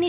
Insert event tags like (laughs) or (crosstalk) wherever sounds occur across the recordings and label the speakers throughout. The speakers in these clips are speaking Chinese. Speaker 1: 你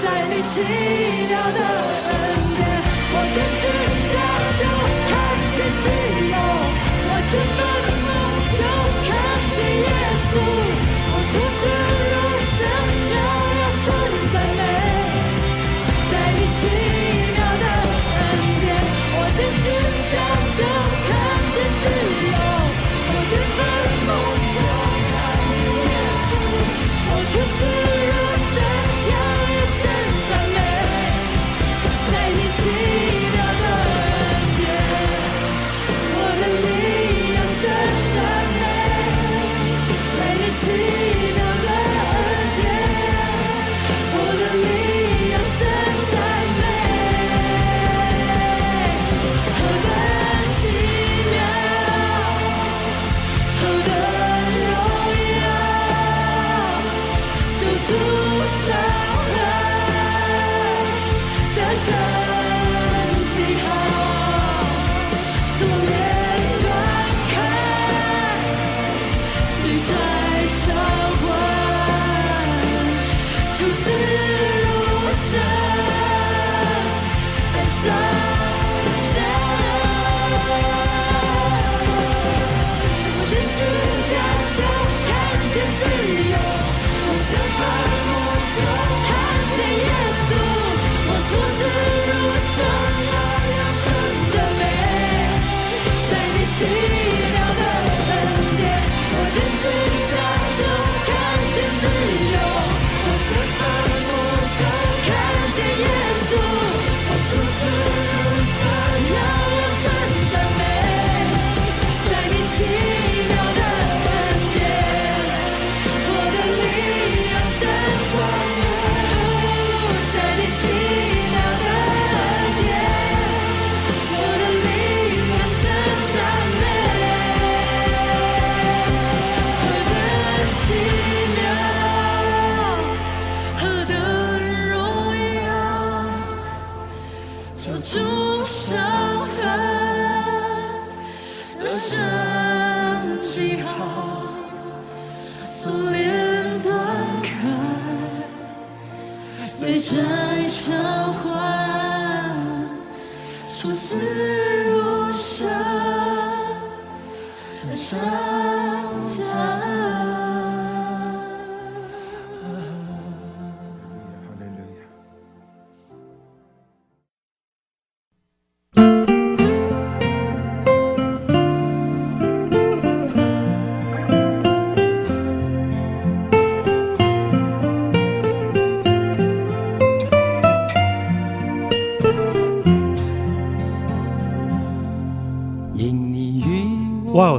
Speaker 2: 在你奇妙的恩典，我只是想就看见自由，我这份梦就看见耶稣，我出死入生，要让神赞美，出伤痕的神记号，锁链断开，最拆销魂，求死如生，爱上谁？我只是想求看见自由，我这份梦中看见耶稣，我出自如生，我要生赞美，在你奇妙的恩典，我只是想求看见自由，我这份梦中看见耶稣，我出自如生，我要生赞美。在你奇妙的恩典，我的灵要神赞美。在你奇妙的恩典，我的灵要神赞美。何等奇妙，何等荣耀，救主伤痕。的神记号，锁链断开，最窄偿还，出死入生，上家。
Speaker 3: 哈利路亚。
Speaker 4: 因你与
Speaker 5: 哇、哦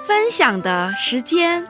Speaker 6: 分享的时间。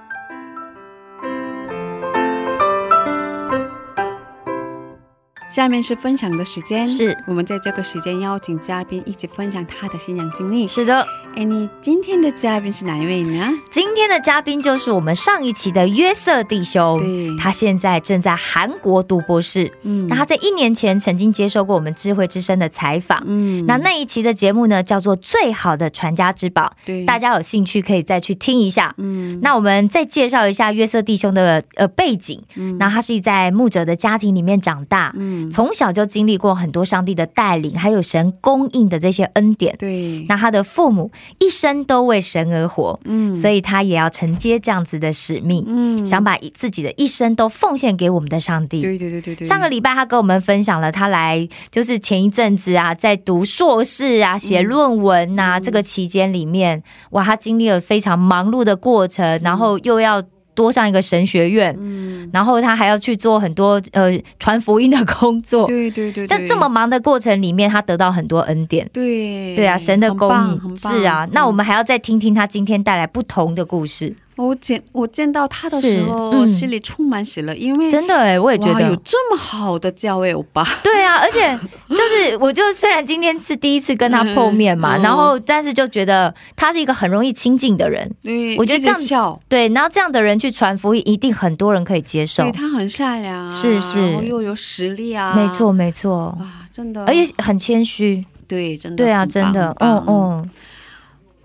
Speaker 7: 下面是分享的时间，
Speaker 8: 是
Speaker 7: 我们在这个时间邀请嘉宾一起分享他的信仰经历。
Speaker 8: 是的，
Speaker 7: 哎，你今天的嘉宾是哪一位呢？
Speaker 8: 今天的嘉宾就是我们上一期的约瑟弟兄，
Speaker 7: 对，
Speaker 8: 他现在正在韩国读博士。
Speaker 7: 嗯
Speaker 8: 那他在一年前曾经接受过我们智慧之声的采访。
Speaker 7: 嗯
Speaker 8: 那那一期的节目呢，叫做《最好的传家之宝》，
Speaker 7: 对
Speaker 8: 大家有兴趣可以再去听一下。
Speaker 7: 嗯
Speaker 8: 那我们再介绍一下约瑟弟兄的呃背景。
Speaker 7: 嗯
Speaker 8: 那他是在牧者的家庭里面长大，
Speaker 7: 嗯
Speaker 8: 从小就经历过很多上帝的带领，还有神供应的这些恩典。
Speaker 7: 对
Speaker 8: 那他的父母一生都为神而活，
Speaker 7: 嗯
Speaker 8: 所以他也要承接这样子的使命，
Speaker 7: 嗯
Speaker 8: 想把自己的一生都奉献给我们的上帝。
Speaker 7: 对对对对对
Speaker 8: 上个礼拜，他跟我们分享了他来就是前一阵子啊，在读硕士啊、写论文呐、
Speaker 7: 嗯
Speaker 8: 这个期间里面，哇，他经历了非常忙碌的过程，然后又要多上一个神学院，
Speaker 7: 嗯
Speaker 8: 然后他还要去做很多呃传福音的工作。
Speaker 7: 对对对，
Speaker 8: 但
Speaker 7: 对
Speaker 8: 这么忙的过程里面，他得到很多恩典。
Speaker 7: 对
Speaker 8: 对啊，神的
Speaker 7: 很
Speaker 8: 供
Speaker 7: 棒
Speaker 8: 应
Speaker 7: 很棒
Speaker 8: 是啊。那我们
Speaker 7: 嗯
Speaker 8: 还要再听听他今天带来不同的故事。
Speaker 7: 我见我见到他的时候，
Speaker 8: 是嗯
Speaker 7: 心里充满喜乐，因为
Speaker 8: 真的哎、我也觉
Speaker 7: 嗯哇
Speaker 8: 得
Speaker 7: 有这么好的教位欧巴，
Speaker 8: 对啊，而且就是，我就虽然今天是第一次跟他碰面嘛，
Speaker 7: 嗯嗯
Speaker 8: 然后但是就觉得他是一个很容易亲近的人，
Speaker 7: 对，
Speaker 8: 我觉得
Speaker 7: 一直
Speaker 8: 这样
Speaker 7: 笑，
Speaker 8: 对，然后这样的人去传福音，一定很多人可以接受
Speaker 7: 对，他很善良啊，
Speaker 8: 是是
Speaker 7: 然后又有实力啊，
Speaker 8: 没错，没错，
Speaker 7: 哇，真的，
Speaker 8: 而且很谦虚，
Speaker 7: 对，真的，
Speaker 8: 对啊，
Speaker 7: 很棒
Speaker 8: 真的，
Speaker 7: 很棒
Speaker 8: 嗯嗯。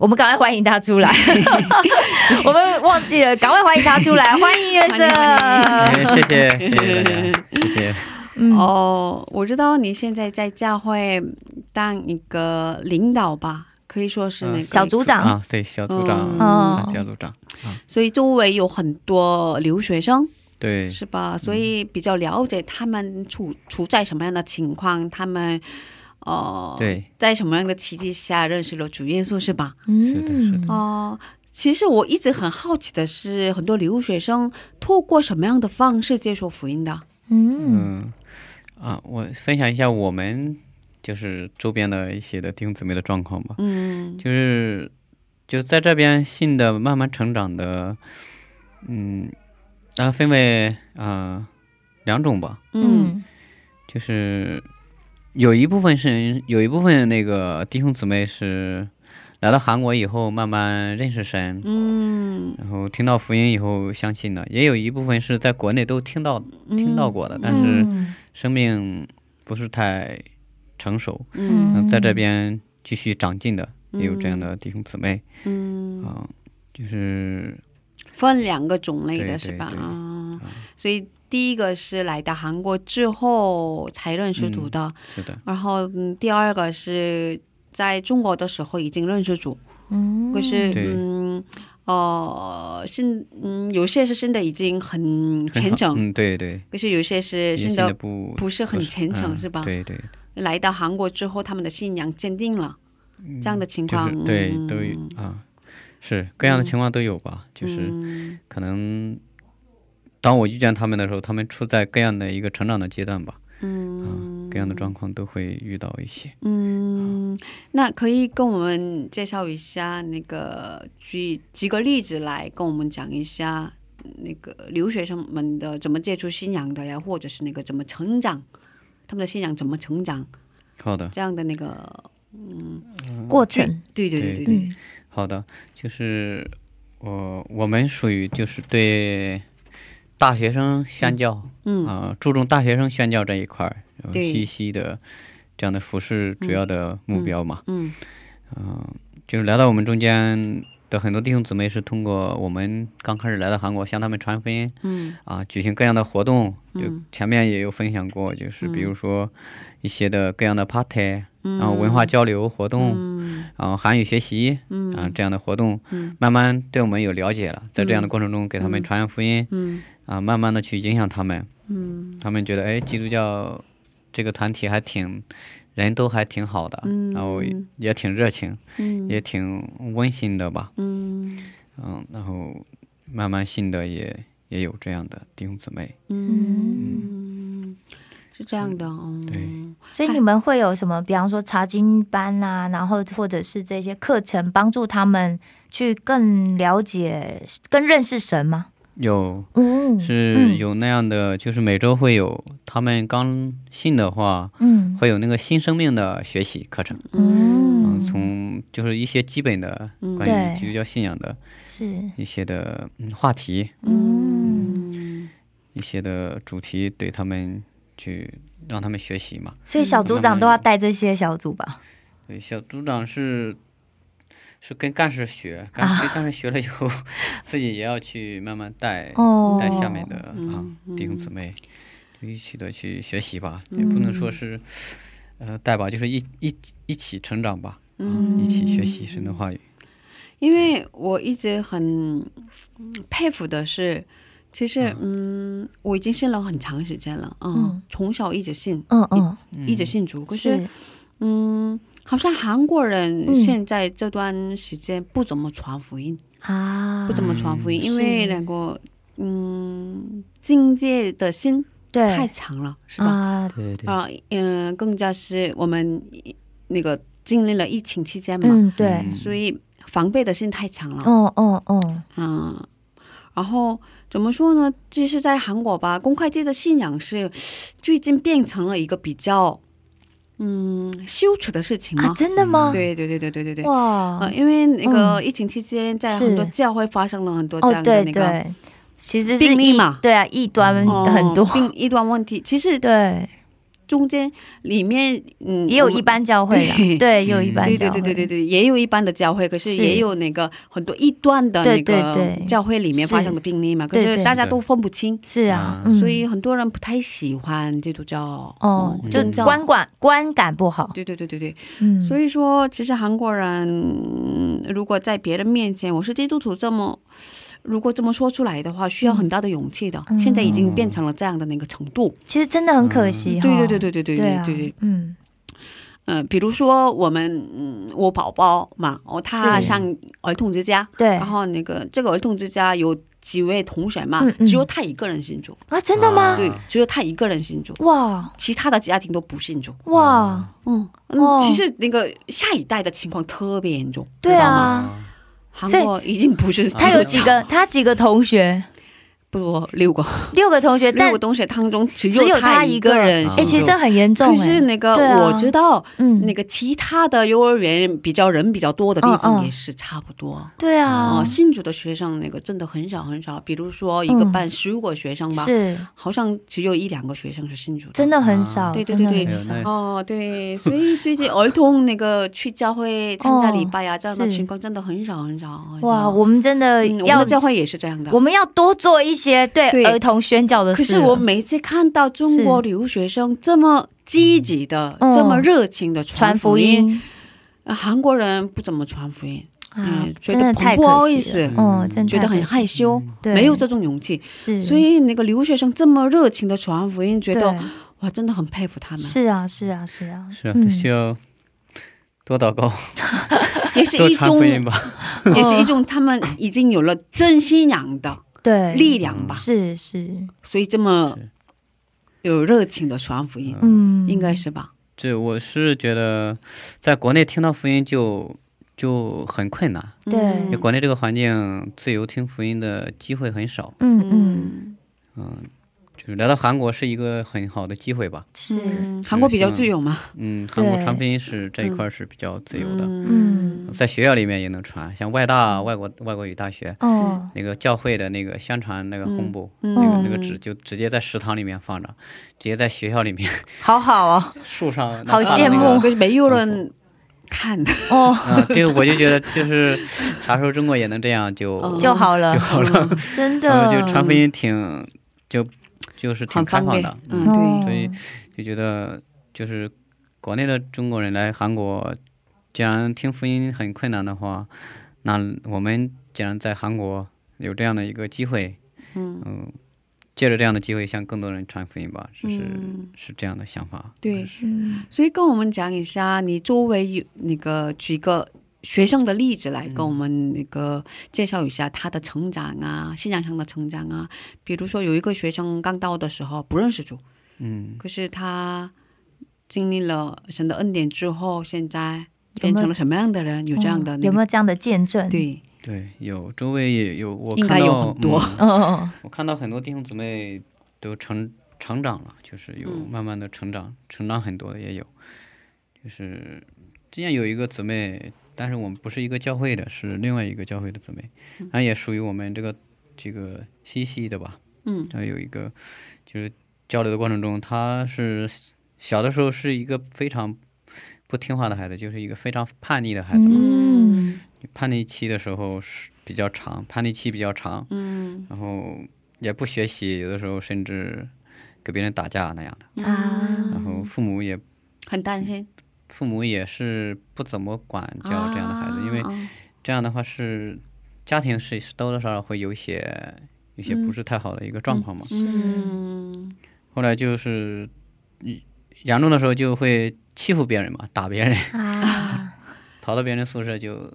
Speaker 8: 我们赶快欢迎他出 (laughs) 来，我们忘记了，赶快欢迎他出 (laughs) 来，欢迎月
Speaker 7: 欢迎欢
Speaker 8: 色。
Speaker 9: 哎 (laughs) 谢谢谢谢大家，谢谢。
Speaker 8: 嗯，
Speaker 7: 哦，我知道你现在在教会当一个领导吧，可以说是那个
Speaker 9: 嗯
Speaker 8: 小组，长，
Speaker 9: 啊，对，小组长，
Speaker 8: 嗯
Speaker 9: 嗯小组长，
Speaker 7: 所以周围有很多留学生，
Speaker 9: 对，嗯
Speaker 7: 是吧？所以比较了解他们处处在什么样的情况，他们呃，
Speaker 9: 对，
Speaker 7: 在什么样的契机下认识了主耶稣，是吧？
Speaker 9: 是的是的
Speaker 8: 嗯
Speaker 7: 哦、其实我一直很好奇的是，很多留学生透过什么样的方式接受福音的？
Speaker 8: 嗯
Speaker 9: 嗯，啊，我分享一下我们就是周边的一些的弟兄姊妹的状况吧，
Speaker 7: 嗯，
Speaker 9: 就是就在这边信的慢慢成长的，嗯，然后分为啊、呃两种吧，
Speaker 7: 嗯
Speaker 8: 嗯
Speaker 9: 就是有一部分是有一部分那个弟兄姊妹是来到韩国以后慢慢认识神，
Speaker 7: 嗯
Speaker 9: 然后听到福音以后相信的，也有一部分是在国内都听到
Speaker 7: 嗯，
Speaker 9: 听到过的，但是
Speaker 8: 嗯
Speaker 9: 生命不是太成熟，
Speaker 7: 嗯
Speaker 9: 嗯，在这边继续长进的也有这样的弟兄姊妹
Speaker 7: 嗯，
Speaker 9: 啊、就是
Speaker 7: 分两个种类的
Speaker 9: 对
Speaker 7: 是吧？
Speaker 9: 对对嗯
Speaker 7: 啊，所以第一个是来到韩国之后才认识主的，
Speaker 9: 是的，
Speaker 7: 然后嗯，第二个是在中国的时候已经认识主，
Speaker 8: 嗯
Speaker 7: 可是
Speaker 9: 对
Speaker 7: 嗯。呃，信嗯，有些是信的已经很
Speaker 9: 很
Speaker 7: 虔
Speaker 9: 好
Speaker 7: 诚，
Speaker 9: 嗯，对对，
Speaker 7: 可是有些是
Speaker 9: 也
Speaker 7: 信
Speaker 9: 信
Speaker 7: 的
Speaker 9: 的不
Speaker 7: 不是很虔诚，
Speaker 9: 嗯
Speaker 7: 是吧？
Speaker 9: 对对，
Speaker 7: 来到韩国之后，他们的信仰坚定了，这样的情
Speaker 9: 就
Speaker 7: 况，
Speaker 9: 是对
Speaker 7: 嗯
Speaker 9: 都有啊，是各样的情况都有吧，就是
Speaker 7: 嗯
Speaker 9: 可能当我遇见他们的时候，他们处在各样的一个成长的阶段吧。啊
Speaker 7: 嗯，
Speaker 9: 各样的状况都会遇到一些。
Speaker 7: 嗯，那可以跟我们介绍一下那个举几个例子来跟我们讲一下那个留学生们的怎么接触信仰的呀，或者是那个怎么成长，他们的信仰怎么成长
Speaker 9: 好的，
Speaker 7: 这样的那个，
Speaker 8: 过程，
Speaker 7: 对对对
Speaker 9: 对
Speaker 7: 对对，
Speaker 8: 嗯
Speaker 9: 好的，就是我我们属于就是对大学生宣教啊、
Speaker 7: 嗯
Speaker 9: 注重大学生宣教这一块儿，然后
Speaker 7: 对
Speaker 9: 西西的这样的服饰主要的目标嘛。
Speaker 7: 嗯
Speaker 9: 就是来到我们中间的很多弟兄姊妹是通过我们刚开始来到韩国向他们传福音，
Speaker 7: 嗯
Speaker 9: 啊，举行各样的活动，就
Speaker 7: 嗯
Speaker 9: 前面也有分享过，就是比如说一些的各样的 party，、然
Speaker 7: 嗯
Speaker 9: 后文化交流活动，然后韩语学习，嗯，啊这样的活动，
Speaker 7: 嗯
Speaker 9: 慢慢对我们有了解了，在这样的过程中给他们传扬福音，
Speaker 7: 嗯
Speaker 9: 啊，慢慢的去影响他们，
Speaker 7: 嗯
Speaker 9: 他们觉得哎，基督教这个团体还挺，人都还挺好的，
Speaker 7: 嗯
Speaker 9: 然后也挺热情，
Speaker 7: 嗯
Speaker 9: 也挺温馨的吧，
Speaker 7: 嗯
Speaker 9: 嗯，然后慢慢信的也也有这样的弟兄姊妹。
Speaker 7: 嗯，是这样的，嗯，
Speaker 9: 对
Speaker 8: 所以你们会有什么，比方说查经班啊，然后或者是这些课程，帮助他们去更了解、更认识神吗？
Speaker 9: 有
Speaker 8: 嗯，
Speaker 9: 是
Speaker 8: 嗯
Speaker 9: 有那样的，就是每周会有他们刚信的话，
Speaker 8: 嗯
Speaker 9: 会有那个新生命的学习课程，嗯，
Speaker 8: 嗯，
Speaker 9: 从就是一些基本的
Speaker 7: 嗯
Speaker 9: 关于
Speaker 8: 对
Speaker 9: 基督教信仰的
Speaker 8: 是
Speaker 9: 一些的嗯话题、
Speaker 8: 嗯，
Speaker 7: 嗯
Speaker 9: 一些的主题，对他们去让他们学习嘛。
Speaker 8: 所以小组长都要带这些小组吧？
Speaker 9: 对，小组长是是跟干事学，干
Speaker 8: 啊
Speaker 9: 事、干事学了以后， (laughs) 自己也要去慢慢带
Speaker 8: 哦，
Speaker 9: 带下面的啊
Speaker 7: 嗯
Speaker 9: 弟兄姊妹，就一起的去学习吧，也不能说是呃带吧，就是一一一起成长吧，啊，
Speaker 7: 嗯
Speaker 9: 一起学习神的话语。
Speaker 7: 因为我一直很嗯佩服的是，其实嗯，我已经信了很长时间了，嗯，
Speaker 8: 嗯
Speaker 7: 从小一直信，
Speaker 8: 嗯嗯，
Speaker 7: 一直信主，可
Speaker 8: 不
Speaker 7: 是嗯，好像韩国人
Speaker 8: 嗯
Speaker 7: 现在这段时间不怎么传福音，
Speaker 8: 啊，
Speaker 7: 不怎么传福音，因为
Speaker 8: 是
Speaker 7: 那个嗯，境界的心
Speaker 8: 对
Speaker 7: 太强了，是吧？
Speaker 8: 啊，
Speaker 9: 对对
Speaker 7: 啊，嗯、更加是我们那个经历了疫情期间嘛，
Speaker 8: 嗯对，嗯
Speaker 7: 所以防备的心太强了，
Speaker 8: 哦哦哦，
Speaker 7: 嗯，然后怎么说呢？就是在韩国吧，公会界的信仰是最近变成了一个比较嗯羞耻的事情
Speaker 8: 啊
Speaker 7: 嘛。，
Speaker 8: 真的吗？
Speaker 7: 对对对对对对对。
Speaker 8: 哇
Speaker 7: 呃，，因为那个
Speaker 8: 嗯
Speaker 7: 疫情期间，在
Speaker 8: 是
Speaker 7: 很多教会发生了很多这
Speaker 8: 哦
Speaker 7: 样的那
Speaker 8: 对
Speaker 7: 个、
Speaker 8: 对，其实是
Speaker 7: 病例
Speaker 8: 异
Speaker 7: 嘛
Speaker 8: 对啊，异端
Speaker 7: 哦
Speaker 8: 很多， (laughs)
Speaker 7: 病异端问题。其实
Speaker 8: 对，
Speaker 7: 中间里面，嗯，
Speaker 8: 也有
Speaker 7: 哦我们
Speaker 8: 一般教会啦，
Speaker 7: 对
Speaker 8: 对，也有一
Speaker 9: 嗯
Speaker 8: 般
Speaker 7: 对对
Speaker 8: 教会，
Speaker 7: 对对对对，也有一般的教会，可是
Speaker 8: 是
Speaker 7: 也有那个很多异端的那
Speaker 8: 对对
Speaker 7: 个
Speaker 8: 对
Speaker 7: 教会里面发生的病例嘛，可
Speaker 8: 对对
Speaker 7: 是大家都分不清，
Speaker 8: 是啊
Speaker 9: 啊，
Speaker 8: 嗯
Speaker 7: 所以很多人不太喜欢基督教。
Speaker 8: 哦，
Speaker 7: 嗯
Speaker 8: 就
Speaker 7: 宗教
Speaker 8: 观感观感不好，
Speaker 7: 对对对对对，
Speaker 8: 嗯，
Speaker 7: 所
Speaker 8: 以
Speaker 7: 以说其实韩国人嗯如果在别人面前我是基督徒这么。如果这么说出来的话，需要很大的勇气的。
Speaker 8: 嗯
Speaker 7: 现在已经变成了这样的那个程度。
Speaker 8: 其实真的很可惜哈，
Speaker 7: 嗯对对对对对对
Speaker 8: 嗯对啊
Speaker 7: 对对。
Speaker 8: 嗯，
Speaker 7: 嗯，比如说我们，嗯，我宝宝嘛，哦，他
Speaker 8: 是
Speaker 7: 上儿童之家，
Speaker 8: 对
Speaker 7: 然后那个这个儿童之家有几位同学嘛，
Speaker 8: 嗯嗯
Speaker 7: 只有他一个人信主，
Speaker 8: 啊，真的吗？
Speaker 9: 啊
Speaker 7: 对，只有他一个人信主，
Speaker 8: 哇
Speaker 7: 其他的家庭都不信主。
Speaker 8: 哇，
Speaker 7: 嗯
Speaker 8: 哦
Speaker 7: 嗯，其实那个下一代的情况特别严重，
Speaker 8: 对
Speaker 7: 知道吗，
Speaker 8: 啊，所
Speaker 7: 韩
Speaker 8: 以
Speaker 7: 国已经不是
Speaker 8: 他有几个他几个同学，
Speaker 7: 不多六个
Speaker 8: 六个同学，但
Speaker 7: 六个同学当中只
Speaker 8: 只有
Speaker 7: 他
Speaker 8: 他
Speaker 7: 一
Speaker 8: 一个
Speaker 7: 人
Speaker 8: 哎，
Speaker 7: 信
Speaker 8: 其实
Speaker 7: 主
Speaker 8: 这很严重
Speaker 7: 可是
Speaker 8: 哎，
Speaker 7: 那个
Speaker 8: 对啊
Speaker 7: 我知道，
Speaker 8: 嗯
Speaker 7: 那，个其他的幼儿园比较人比较多的地
Speaker 8: 嗯嗯
Speaker 7: 方也是差不多。
Speaker 8: 对啊
Speaker 7: 哦，，信主的学生那个真的很少很少，比如说一个
Speaker 8: 嗯
Speaker 7: 班十五个学生吧，
Speaker 8: 是
Speaker 7: 好像只有一两个学生是信主的。
Speaker 8: 真的很少，
Speaker 7: 啊对对
Speaker 8: 真的
Speaker 7: 对
Speaker 9: 对
Speaker 8: 很少 (laughs)
Speaker 9: 哎呦
Speaker 7: 哦，对，所以最近儿童那个去教会参加礼拜呀、这样的
Speaker 8: 是
Speaker 7: 情况真的很少很少。很少
Speaker 8: 哦哇，我们真的
Speaker 7: 嗯我们
Speaker 8: 要
Speaker 7: 的教会也是这样的
Speaker 8: 我。们要多做一些对
Speaker 7: 对
Speaker 8: 儿童宣教的事
Speaker 7: 可
Speaker 8: 了。
Speaker 7: 是我每次看到中国
Speaker 8: 是
Speaker 7: 留学生这么积极的、
Speaker 8: 嗯
Speaker 7: 这么热情的传
Speaker 8: 传福
Speaker 7: 福音，
Speaker 8: 音
Speaker 7: 呃韩国人不怎么传福音，
Speaker 8: 啊
Speaker 7: 嗯，觉
Speaker 8: 真
Speaker 7: 得
Speaker 8: 的
Speaker 7: 很
Speaker 8: 太
Speaker 7: 不好
Speaker 8: 可
Speaker 7: 意
Speaker 8: 惜了。
Speaker 7: 思
Speaker 8: 嗯，真的
Speaker 7: 觉得
Speaker 8: 太
Speaker 7: 很
Speaker 8: 可惜
Speaker 7: 害羞，
Speaker 9: 嗯
Speaker 8: 对
Speaker 7: 没有这种勇气。
Speaker 8: 是，
Speaker 7: 所以那个留学生这么热情的传福音，觉
Speaker 8: 对
Speaker 7: 得哇，真的很佩服他们，
Speaker 8: 是啊，是啊，是啊，
Speaker 9: 是啊，
Speaker 8: 嗯
Speaker 9: 都需要多祷告，
Speaker 7: 也是
Speaker 9: 多
Speaker 7: 嗯一
Speaker 9: 传
Speaker 7: 种
Speaker 9: 福，音吧。
Speaker 7: 也是一种他们已经有了真信仰的
Speaker 8: (laughs) 对，
Speaker 7: 力量吧，
Speaker 8: 是是，
Speaker 7: 所以这么有热情的传福音，
Speaker 8: 嗯，
Speaker 7: 应该是吧？
Speaker 9: 这我是觉得，在国内听到福音就就很困难，
Speaker 8: 对
Speaker 9: 因为
Speaker 7: 嗯
Speaker 9: 国内这个环境自由听福音的机会很少。
Speaker 8: 嗯嗯
Speaker 7: 嗯
Speaker 9: 嗯，就是来到韩国是一个很好的机会吧。
Speaker 8: 是，
Speaker 7: 嗯，韩国比较自由嘛，
Speaker 9: 嗯，韩国
Speaker 8: 对
Speaker 9: 传福音是这一块是比较自由的，
Speaker 7: 嗯
Speaker 9: 在学校里面也能传，像外
Speaker 8: 嗯
Speaker 9: 大啊外国外国语大学
Speaker 1: 嗯
Speaker 8: 哦，
Speaker 9: 那个教会的那个宣传那个红布。
Speaker 7: 嗯
Speaker 9: 那
Speaker 8: 嗯
Speaker 9: 个那个纸就直接在食堂里面放着，直接在学校里面
Speaker 8: 好好哦，
Speaker 9: 树上。
Speaker 8: (laughs) 好羡慕
Speaker 9: 啊、
Speaker 7: 可是没有人看，
Speaker 8: 哦，
Speaker 9: 嗯这个我就觉得就是啥时候中国也能这样就
Speaker 7: 嗯
Speaker 8: 就好了
Speaker 9: 就，好了，
Speaker 8: 真
Speaker 9: 嗯
Speaker 8: 哦的，
Speaker 9: 就传福音挺就就是挺
Speaker 7: 很
Speaker 9: 开
Speaker 7: 方
Speaker 9: 放
Speaker 7: 便
Speaker 9: 的，，
Speaker 7: 嗯，
Speaker 8: 哦
Speaker 7: 对，
Speaker 9: 所以就觉得就是国内的中国人来韩国，既然听福音很困难的话，那我们既然在韩国有这样的一个机会，
Speaker 7: 嗯
Speaker 9: 嗯，借着这样的机会向更多人传福音吧，这是、
Speaker 7: 嗯
Speaker 9: 是这样的想法。
Speaker 7: 对，
Speaker 8: 嗯
Speaker 7: 所以跟我们讲一下，你周围有那个举一个学生的例子来跟我们那个介绍一下他的成长啊，信仰上的成长啊。比如说有一个学生刚到的时候不认识主，
Speaker 9: 嗯，
Speaker 7: 可是他经历了神的恩典之后，现在
Speaker 8: 有没有
Speaker 7: 变成了什么样的人？有这样的、
Speaker 8: 嗯
Speaker 7: 那个、
Speaker 8: 有没有这样的见证？，
Speaker 7: 对，
Speaker 9: 对，有周围也有，我
Speaker 7: 应
Speaker 9: 看
Speaker 7: 该
Speaker 9: 到
Speaker 7: 有很多
Speaker 9: 嗯
Speaker 8: 嗯嗯嗯，
Speaker 9: 我看到很多弟兄姊妹都成成长了，就是有
Speaker 7: 嗯
Speaker 9: 慢慢的成长，成长很多的也有。就是之前有一个姊妹，但是我们不是一个教会的，是另外一个教会的姊妹，
Speaker 7: 嗯
Speaker 9: 她也属于我们这个这个西西的吧。
Speaker 7: 嗯
Speaker 9: 然后有一个就是交流的过程中，她是小的时候是一个非常不听话的孩子，就是一个非常叛逆的孩子。
Speaker 8: 嗯
Speaker 9: 叛逆期的时候是比较长，叛逆期比较长，
Speaker 7: 嗯
Speaker 9: 然后也不学习，有的时候甚至跟别人打架那样的。
Speaker 8: 啊，
Speaker 9: 然后父母也
Speaker 7: 很担心
Speaker 9: 父母也是不怎么管教这样的孩子，因为
Speaker 7: 啊
Speaker 9: 这样的话是家庭是是多多少少会有一些有些不是太好的一个状况嘛。
Speaker 7: 嗯
Speaker 9: 后来就是嗯严重的时候就会欺负别人嘛，打别人，
Speaker 8: 啊，
Speaker 9: 跑到别人宿舍就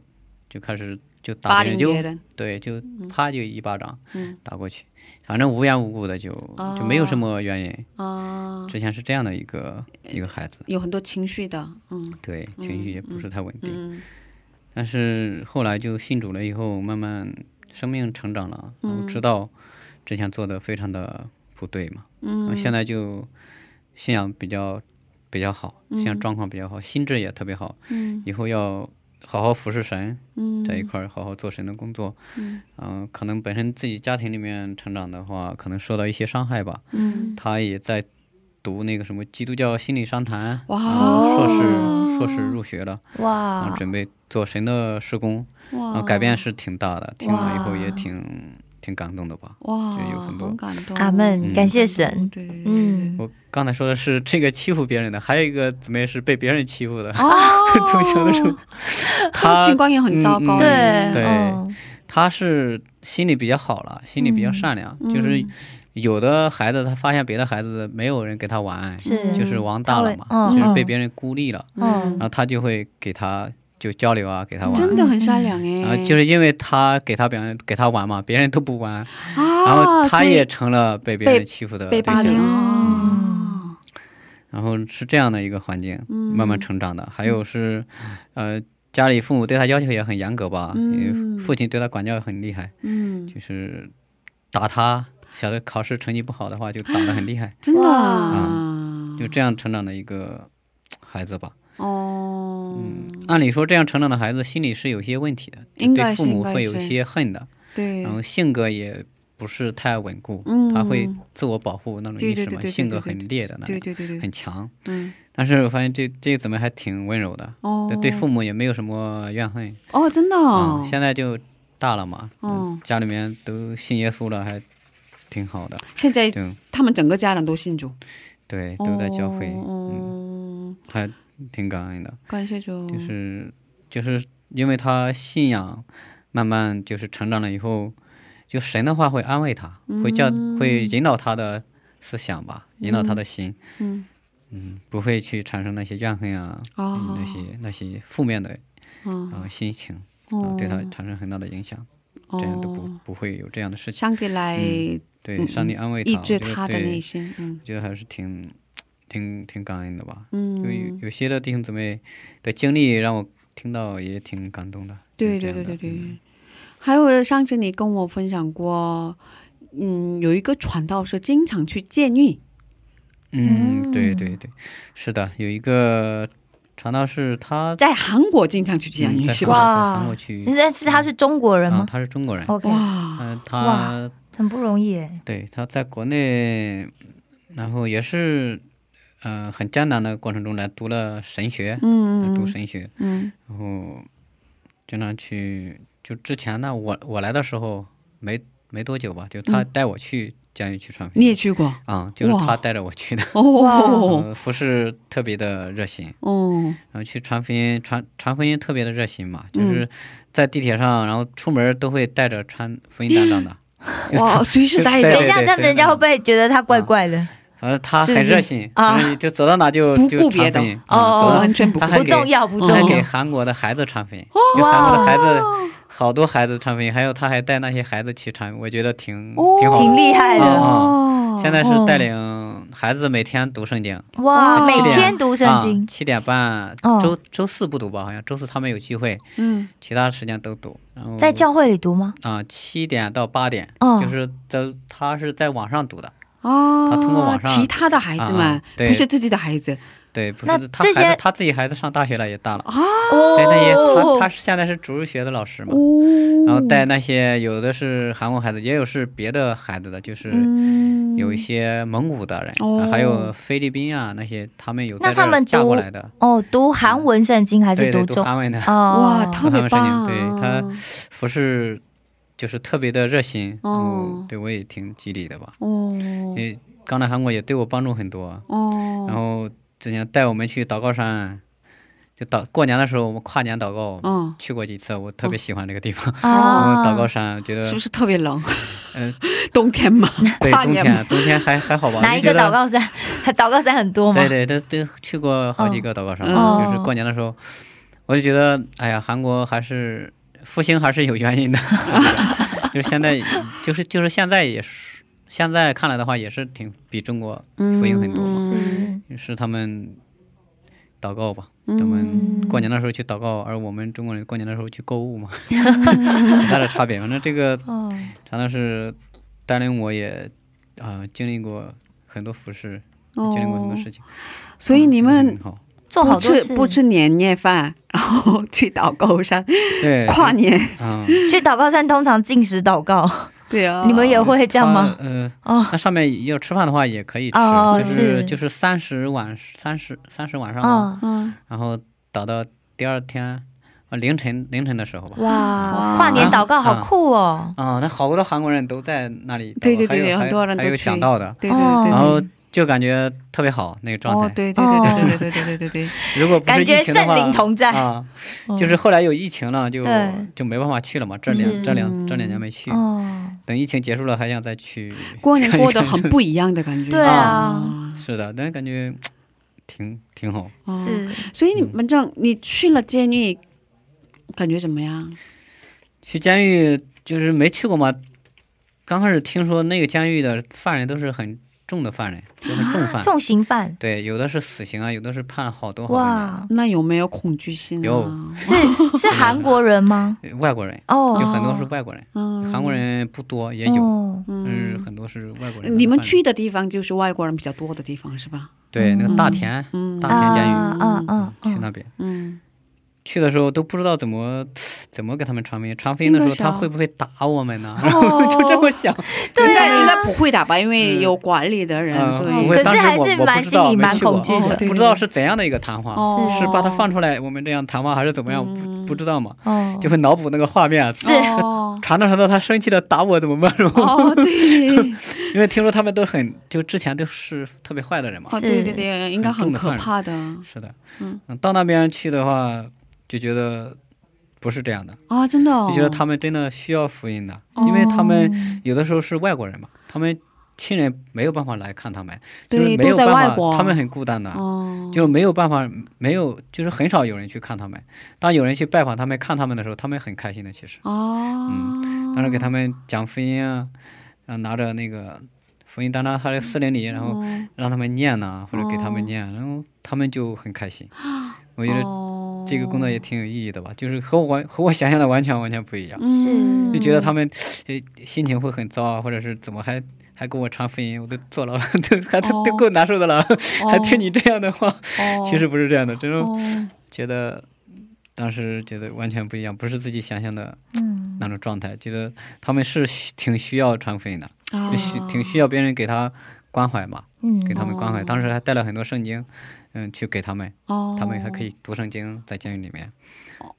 Speaker 9: 就开始就打
Speaker 7: 霸
Speaker 9: 别
Speaker 7: 凌
Speaker 9: 人，
Speaker 7: 别
Speaker 9: 就
Speaker 7: 人，
Speaker 9: 对，就啪就一巴掌
Speaker 7: 嗯哦
Speaker 9: 打过去，反正无缘无故的就就没有什么原因。
Speaker 7: 啊，
Speaker 9: 之前是这样的一个一个孩子，
Speaker 7: 有很多情绪的，呃嗯
Speaker 9: 对情绪也不是太稳定，
Speaker 7: 嗯
Speaker 9: 但是后来就信主了以后，慢慢生命成长了，然
Speaker 7: 嗯
Speaker 9: 后知道之前做的非常的不对嘛，
Speaker 7: 嗯
Speaker 9: 然后现在就信仰比较比较好，信
Speaker 7: 嗯
Speaker 9: 仰状况比较好，心智也特别好，以后要好好服侍神，在一
Speaker 7: 嗯
Speaker 9: 块儿好好做神的工作，嗯、可能本身自己家庭里面成长的话，可能受到一些伤害吧，
Speaker 7: 嗯
Speaker 9: 他也在读那个什么基督教心理商谈，
Speaker 7: 哇
Speaker 9: 啊硕士硕士入学了，然
Speaker 8: 哇
Speaker 9: 后，准备做神的施工，然后
Speaker 7: 哇，
Speaker 9: 改变是挺大的，听了以后也挺挺感动的吧。
Speaker 7: 哇，
Speaker 9: 就有很多
Speaker 7: 好感动，
Speaker 8: 阿
Speaker 7: 嗯
Speaker 8: 门，
Speaker 9: 嗯
Speaker 8: 感谢神。
Speaker 7: 对，
Speaker 8: 嗯
Speaker 9: 我刚才说的是这个欺负别人的，还有一个姊妹是被别人欺负的。 (laughs) 从小的时候，
Speaker 7: 啊他
Speaker 9: 她
Speaker 7: 情况也很糟糕，
Speaker 9: 嗯
Speaker 8: 对
Speaker 9: 对
Speaker 8: 嗯
Speaker 9: 她是心理比较好了，心理
Speaker 7: 嗯
Speaker 9: 比较善良，就是有的孩子他发现别的孩子没有人给他玩，
Speaker 8: 是
Speaker 9: 就是玩大了嘛，
Speaker 8: 他会嗯
Speaker 9: 就是被
Speaker 8: 嗯
Speaker 9: 别人孤立了，
Speaker 8: 嗯
Speaker 9: 然后他就会给他就交流啊，给他玩。
Speaker 7: 真的很善良
Speaker 9: 然后
Speaker 7: 哎，
Speaker 9: 就是因为他给他别人给他玩嘛，别人都不玩，
Speaker 7: 啊，
Speaker 9: 然后他
Speaker 7: 所以
Speaker 9: 也成了被别
Speaker 7: 被
Speaker 9: 人欺负的
Speaker 7: 被
Speaker 9: 对
Speaker 7: 霸
Speaker 9: 象，
Speaker 7: 凌，
Speaker 8: 嗯
Speaker 9: 然后是这样的一个环境，
Speaker 7: 嗯
Speaker 9: 慢慢成长的。还有是，呃，家里父母对他要求也很严格吧，因为父亲对他管教也很厉害，
Speaker 7: 嗯，
Speaker 9: 就是打他，小的考试成绩不好的话就打得很厉害，
Speaker 7: 真的啊嗯
Speaker 9: 就这样成长的一个孩子吧。
Speaker 7: 哦，
Speaker 9: 按理说，这样成长的孩子心里是有些问题的，就
Speaker 7: 应该
Speaker 9: 对
Speaker 7: 是
Speaker 9: 父母
Speaker 7: 应该
Speaker 9: 会有一
Speaker 7: 是
Speaker 9: 些恨的，
Speaker 7: 对，
Speaker 9: 然后性格也不是太稳固，
Speaker 7: 嗯
Speaker 9: 他会自我保护那种
Speaker 7: 对
Speaker 9: 意
Speaker 7: 对
Speaker 9: 识
Speaker 7: 对
Speaker 9: 嘛，
Speaker 7: 对对
Speaker 9: 性格
Speaker 7: 对对
Speaker 9: 很烈的那
Speaker 7: 对
Speaker 9: 种，
Speaker 7: 对对对，
Speaker 9: 很强。
Speaker 7: 嗯，
Speaker 9: 但是我发现这这个姊妹还挺温柔的，
Speaker 7: 哦，
Speaker 9: 对父母也没有什么怨恨
Speaker 7: 哦，真的
Speaker 9: 啊、
Speaker 7: 哦，
Speaker 9: 现在就大了嘛，
Speaker 7: 哦
Speaker 9: 嗯，家里面都信耶稣了，还挺好的，
Speaker 7: 现在
Speaker 9: 对
Speaker 7: 他们整个家人都信主，
Speaker 9: 对，都在教会，嗯，
Speaker 7: 哦，
Speaker 9: 还挺感恩的，
Speaker 7: 感谢主，
Speaker 9: 就是就是因为他信仰，慢慢就是成长了以后，就神的话会安慰他，会叫会引导他的思想吧，引导他的心，
Speaker 7: 嗯
Speaker 9: 嗯不会去产生那些怨恨啊，嗯
Speaker 7: 哦
Speaker 9: 那些那些负面的
Speaker 7: 哦
Speaker 9: 呃心情，然后
Speaker 7: 哦，
Speaker 9: 对他产生很大的影响。
Speaker 7: 哦
Speaker 9: 这样都不不会有这样的事情。
Speaker 7: 上帝来
Speaker 9: 嗯对，上帝安慰
Speaker 7: 嗯
Speaker 9: 他，
Speaker 7: 抑
Speaker 9: 我
Speaker 7: 制
Speaker 9: 觉得
Speaker 7: 他的
Speaker 9: 对
Speaker 7: 内心，嗯
Speaker 9: 我觉得还是挺挺挺感恩的吧。就有
Speaker 7: 嗯，
Speaker 9: 有些的弟兄姊妹的经历让我听到也挺感动的。
Speaker 7: 对
Speaker 9: 是这
Speaker 7: 对
Speaker 9: 样
Speaker 7: 对
Speaker 9: 的
Speaker 7: 对对
Speaker 9: 嗯。
Speaker 7: 还有上次你跟我分享过，嗯，有一个传道说经常去监狱，
Speaker 9: 嗯，对对对，是的，有一个传道士他
Speaker 7: 在韩国经常去监
Speaker 9: 嗯
Speaker 7: 狱
Speaker 9: 在
Speaker 7: 是
Speaker 9: 韩
Speaker 7: 吧嗯
Speaker 9: 国？
Speaker 8: 吧
Speaker 9: 韩国去，
Speaker 8: 但是他是中国人
Speaker 9: 啊，
Speaker 8: 吗
Speaker 9: 他是中国人。
Speaker 8: ？OK，
Speaker 7: 哦哇，
Speaker 9: 嗯，他
Speaker 8: 很不容易耶。
Speaker 9: 对他在国内，然后也是呃很艰难的过程中来读了神学，
Speaker 7: 嗯
Speaker 9: 读
Speaker 7: 嗯
Speaker 9: 神学，
Speaker 7: 嗯
Speaker 9: 然后经常去，就之前呢，我我来的时候没没多久吧，就他带我去监狱去传
Speaker 7: 嗯
Speaker 9: 福
Speaker 7: 你
Speaker 9: 音，
Speaker 7: 也去过
Speaker 9: 啊、就是
Speaker 7: 哇
Speaker 9: 他带着我去的，
Speaker 7: (laughs) 哦
Speaker 9: 呃服侍特别的热心，
Speaker 7: 哦，
Speaker 9: 然后去传福音，传传福音特别的热心嘛，就是在地铁上，然后出门都会带着传福音单张的，
Speaker 7: (laughs) 哇，随时带
Speaker 9: 对
Speaker 7: 着
Speaker 8: 等
Speaker 9: 对嗯
Speaker 8: 一下，这样子人家会不会觉得他怪怪的？
Speaker 9: 反正他
Speaker 8: 是
Speaker 9: 很
Speaker 8: 是
Speaker 9: 热心，
Speaker 8: 啊
Speaker 9: 就是就走到哪就
Speaker 7: 不
Speaker 9: 就
Speaker 7: 顾
Speaker 9: 传
Speaker 7: 别的
Speaker 9: 福音
Speaker 8: 哦
Speaker 9: 嗯走
Speaker 8: 哦
Speaker 9: 到
Speaker 7: 完全不
Speaker 9: 他还
Speaker 8: 不
Speaker 9: 给
Speaker 8: 重要，不哦重
Speaker 9: 他
Speaker 8: 要
Speaker 9: 给。韩国的孩子传福音，就韩国的孩子好多孩子传福音，还有他还带那些孩子去传，我觉得挺
Speaker 7: 哦
Speaker 9: 挺好
Speaker 8: 哦挺
Speaker 9: 的。
Speaker 8: 厉害的、
Speaker 9: 哦，现在是带领孩子每天读圣经，
Speaker 8: 哇！
Speaker 9: 啊七
Speaker 8: 每
Speaker 9: 点
Speaker 8: 天读圣经
Speaker 9: 啊，七点半
Speaker 8: 哦，
Speaker 9: 周周四不读吧？好像周四他们有聚会，
Speaker 7: 嗯
Speaker 9: 其他时间都读。然后
Speaker 8: 在教会里读吗？
Speaker 9: 啊，七点到八点，
Speaker 8: 哦
Speaker 9: 就是在他是在网上读的，
Speaker 7: 啊，
Speaker 9: 他通过网上
Speaker 7: 其他的孩子们
Speaker 9: 啊，对
Speaker 7: 不是自己的孩子，
Speaker 9: 对，不
Speaker 8: 那
Speaker 9: 是他
Speaker 8: 这些
Speaker 9: 孩子他自己孩子上大学了也大了，
Speaker 8: 哦
Speaker 9: 对，那也他他是现在是主日学的老师嘛，
Speaker 8: 哦
Speaker 9: 然后带那些有的是韩国孩子，也有是别的孩子的，就是
Speaker 8: 嗯
Speaker 9: 有一些蒙古的人，
Speaker 7: 哦
Speaker 9: 啊还有菲律宾啊那些，他们有
Speaker 8: 那
Speaker 9: 在这
Speaker 8: 他们
Speaker 9: 儿嫁
Speaker 8: 读
Speaker 9: 过来的，
Speaker 8: 哦，读韩文圣经还是
Speaker 9: 对对，
Speaker 8: 读
Speaker 9: 读
Speaker 8: 中？
Speaker 9: 韩文的，
Speaker 8: 哦，
Speaker 7: 哇，特
Speaker 9: 他
Speaker 7: 别
Speaker 9: 们是
Speaker 7: 棒，
Speaker 9: 你对他服饰就是特别的热心，
Speaker 7: 哦
Speaker 9: 嗯，对我也挺激励的吧，
Speaker 7: 哦
Speaker 9: 因为刚来韩国也对我帮助很多，啊然
Speaker 7: 哦
Speaker 9: 后之前带我们去祷告山，就祷过年的时候我们跨年祷告。
Speaker 7: 哦，
Speaker 9: 去过几次，我特别喜欢这个地
Speaker 7: (laughs)
Speaker 9: 方。
Speaker 8: 啊
Speaker 9: 嗯，祷告山，我觉得
Speaker 7: 是不是特别冷？
Speaker 9: 呃，
Speaker 7: (laughs) 冬天嘛，
Speaker 9: 对，
Speaker 7: 跨
Speaker 9: 冬
Speaker 7: 年
Speaker 9: 天冬天还还好吧？
Speaker 8: 哪一
Speaker 9: 就觉
Speaker 8: 个
Speaker 9: 得
Speaker 8: 祷？告山？ (laughs) 祷告山很多吗？
Speaker 9: 对对，都都去过好几个祷告山，
Speaker 8: 哦
Speaker 9: 就是过年的时候，我就觉得，哎呀，韩国还是复兴还是有原因的， (laughs) 就是现在，就是就是现在也是，现在嗯
Speaker 7: 嗯
Speaker 9: 看来的话也是挺比中国复兴很多嘛，
Speaker 8: 是
Speaker 9: 是他们祷告吧。咱们过年的时候去祷告，而我们中国人过年的时候去购物嘛，很大的差别。反正这个
Speaker 8: 哦，
Speaker 9: 常常是带领我也啊、经历过很多服饰，
Speaker 7: 哦
Speaker 9: 嗯经历过很多事情。
Speaker 7: 所以你
Speaker 9: 嗯
Speaker 7: 们
Speaker 9: 很好，
Speaker 8: 做哦
Speaker 7: 不
Speaker 8: 好多
Speaker 7: 吃
Speaker 8: 事，
Speaker 7: 不吃年夜饭， (laughs) 然后去祷告山
Speaker 9: 对
Speaker 7: 跨年，
Speaker 9: 啊，
Speaker 8: 去祷告山通常进食祷告，
Speaker 7: 对啊，
Speaker 8: 你们 (laughs) 也会这样吗？
Speaker 9: 它？呃，
Speaker 8: 哦
Speaker 9: 那上面要吃饭的话也可以吃，
Speaker 8: 哦
Speaker 9: 就是
Speaker 8: 是
Speaker 9: 就是三十晚三十三十晚上嘛，
Speaker 8: 哦，
Speaker 7: 嗯，
Speaker 9: 然后打到第二天呃凌晨凌晨的时候吧。
Speaker 8: 哇，跨年祷告好酷哦！
Speaker 9: 啊、那好多韩国人都在那里祷告，
Speaker 7: 对对对
Speaker 9: 还有
Speaker 7: 很多人
Speaker 9: 还
Speaker 7: 都
Speaker 9: 有
Speaker 7: 去
Speaker 9: 讲道的，
Speaker 8: 哦
Speaker 7: 对对
Speaker 8: 嗯
Speaker 7: 对，
Speaker 9: 然后就感觉特别好那个状态。
Speaker 7: 哦，对对对对对对对对对对，
Speaker 9: 如果不是
Speaker 8: 感觉
Speaker 9: 疫情的话
Speaker 8: 圣灵同在哦
Speaker 9: 啊，就是后来有疫情了，就
Speaker 8: 对
Speaker 9: 就没办法去了嘛。这两这两这两年没去，
Speaker 8: 哦，
Speaker 9: 等疫情结束了还想再去。
Speaker 7: 过年过得很不一样的感觉，
Speaker 8: 对啊，
Speaker 9: 是的，但是感觉嘖挺挺好。
Speaker 7: 哦
Speaker 8: 是
Speaker 9: 嗯
Speaker 7: 所以你们这样，你去了监狱，感觉怎么样？
Speaker 9: 去监狱就是没去过嘛，刚开始听说那个监狱的犯人都是很重的犯人，都很重犯。
Speaker 8: 啊重刑犯，
Speaker 9: 对，有的是死刑啊，有的是判好多好多
Speaker 8: 哇
Speaker 9: 年，
Speaker 7: 那有没有恐惧心啊？
Speaker 9: 有
Speaker 8: 是是韩国人吗？
Speaker 9: 的。外国人
Speaker 8: 哦，
Speaker 9: (laughs) 有很多是外国人，
Speaker 7: 嗯，
Speaker 9: 韩国人不多，也有，
Speaker 8: 哦
Speaker 9: 但是
Speaker 7: 嗯，
Speaker 9: 很多是外国人。
Speaker 7: 你们去的地方就是外国人比较多的地方是吧？
Speaker 9: 对那个大田，
Speaker 7: 嗯
Speaker 9: 大田监狱嗯
Speaker 8: 啊啊啊！
Speaker 9: 去
Speaker 8: 啊
Speaker 9: 那边。
Speaker 7: 嗯，
Speaker 9: 去的时候都不知道怎么怎么给他们传飞，传飞的时
Speaker 7: 那
Speaker 9: 候
Speaker 7: 个时
Speaker 9: 他
Speaker 7: 候
Speaker 8: 啊
Speaker 9: 会不会打我们呢？ (laughs) 然后
Speaker 8: 哦
Speaker 9: 就这
Speaker 8: (laughs)
Speaker 9: 么想，
Speaker 7: 应
Speaker 8: 对
Speaker 7: 该
Speaker 8: 啊
Speaker 7: 应该不会打吧？因为有管理的人，
Speaker 9: 嗯
Speaker 7: 所
Speaker 9: 不
Speaker 7: 以
Speaker 9: 会。
Speaker 8: 可
Speaker 9: 当
Speaker 8: 是
Speaker 9: 时
Speaker 8: 还
Speaker 9: 我
Speaker 8: 是
Speaker 9: 我
Speaker 8: 蛮
Speaker 9: 不知
Speaker 8: 心
Speaker 9: 道
Speaker 8: 里
Speaker 9: 没
Speaker 8: 蛮
Speaker 9: 去过
Speaker 8: 恐惧
Speaker 7: 哦
Speaker 8: 的
Speaker 7: 对
Speaker 9: 不知道是怎样的一个谈话，
Speaker 7: 哦嗯
Speaker 9: 是把他放出来，我们这样谈话还是怎么样？不不知道嘛，
Speaker 8: 哦，
Speaker 9: 就会脑补那个画面。啊是
Speaker 7: 哦
Speaker 9: 传着传着，他生气了打我怎么办？然后
Speaker 7: 哦，对，
Speaker 9: 因为听说他们都很，就之前都是特别坏的人嘛。
Speaker 7: 哦对对
Speaker 8: (laughs)
Speaker 7: 对，应该很可怕的
Speaker 9: 是的，嗯，到那边去的话，就觉得不是这样的，
Speaker 7: 啊，真的哦，
Speaker 9: 就觉得他们真的需要福音的，因为他们有的时候是外国人嘛，他们亲人没有办法来看他们，就是
Speaker 7: 对
Speaker 9: 没
Speaker 7: 都
Speaker 9: 有
Speaker 7: 在
Speaker 9: 办
Speaker 7: 外
Speaker 9: 法，
Speaker 7: 国，
Speaker 9: 他们很孤单的，
Speaker 7: 哦，
Speaker 9: 就是没有办法，没有就是很少有人去看他们。当有人去拜访他们、看他们的时候，他们很开心的。其实，
Speaker 7: 哦，
Speaker 9: 嗯当时给他们讲福音啊，然后拿着那个福音单张，他的四灵里，然
Speaker 7: 哦
Speaker 9: 后
Speaker 8: 哦
Speaker 9: 让他们念呐、或者给他们念，然后他们就很开心。我觉得
Speaker 7: 啊哦
Speaker 9: 这个工作也挺有意义的吧，就是和我和我想象的完全完全不
Speaker 7: 哦
Speaker 9: 一样。
Speaker 7: 嗯
Speaker 8: 是
Speaker 9: 就觉得他们呃心情会很糟啊，或者是怎么还还给我传福音，我都坐牢， (laughs) 都还都都够难受的了， (laughs)
Speaker 8: 哦
Speaker 9: 还听你这样的话，其实不是这样的，真的
Speaker 7: 哦
Speaker 9: 觉得当时觉得完全不一样，不是自己想象的那种状态，觉得他们是需挺需要传福音的，就需挺需要别人给他关怀嘛，
Speaker 8: 嗯
Speaker 9: 给他们关怀。
Speaker 7: 哦
Speaker 9: 当时还带了很多圣经，嗯，去给他们，
Speaker 7: 哦，
Speaker 9: 他们还可以读圣经在监狱里面，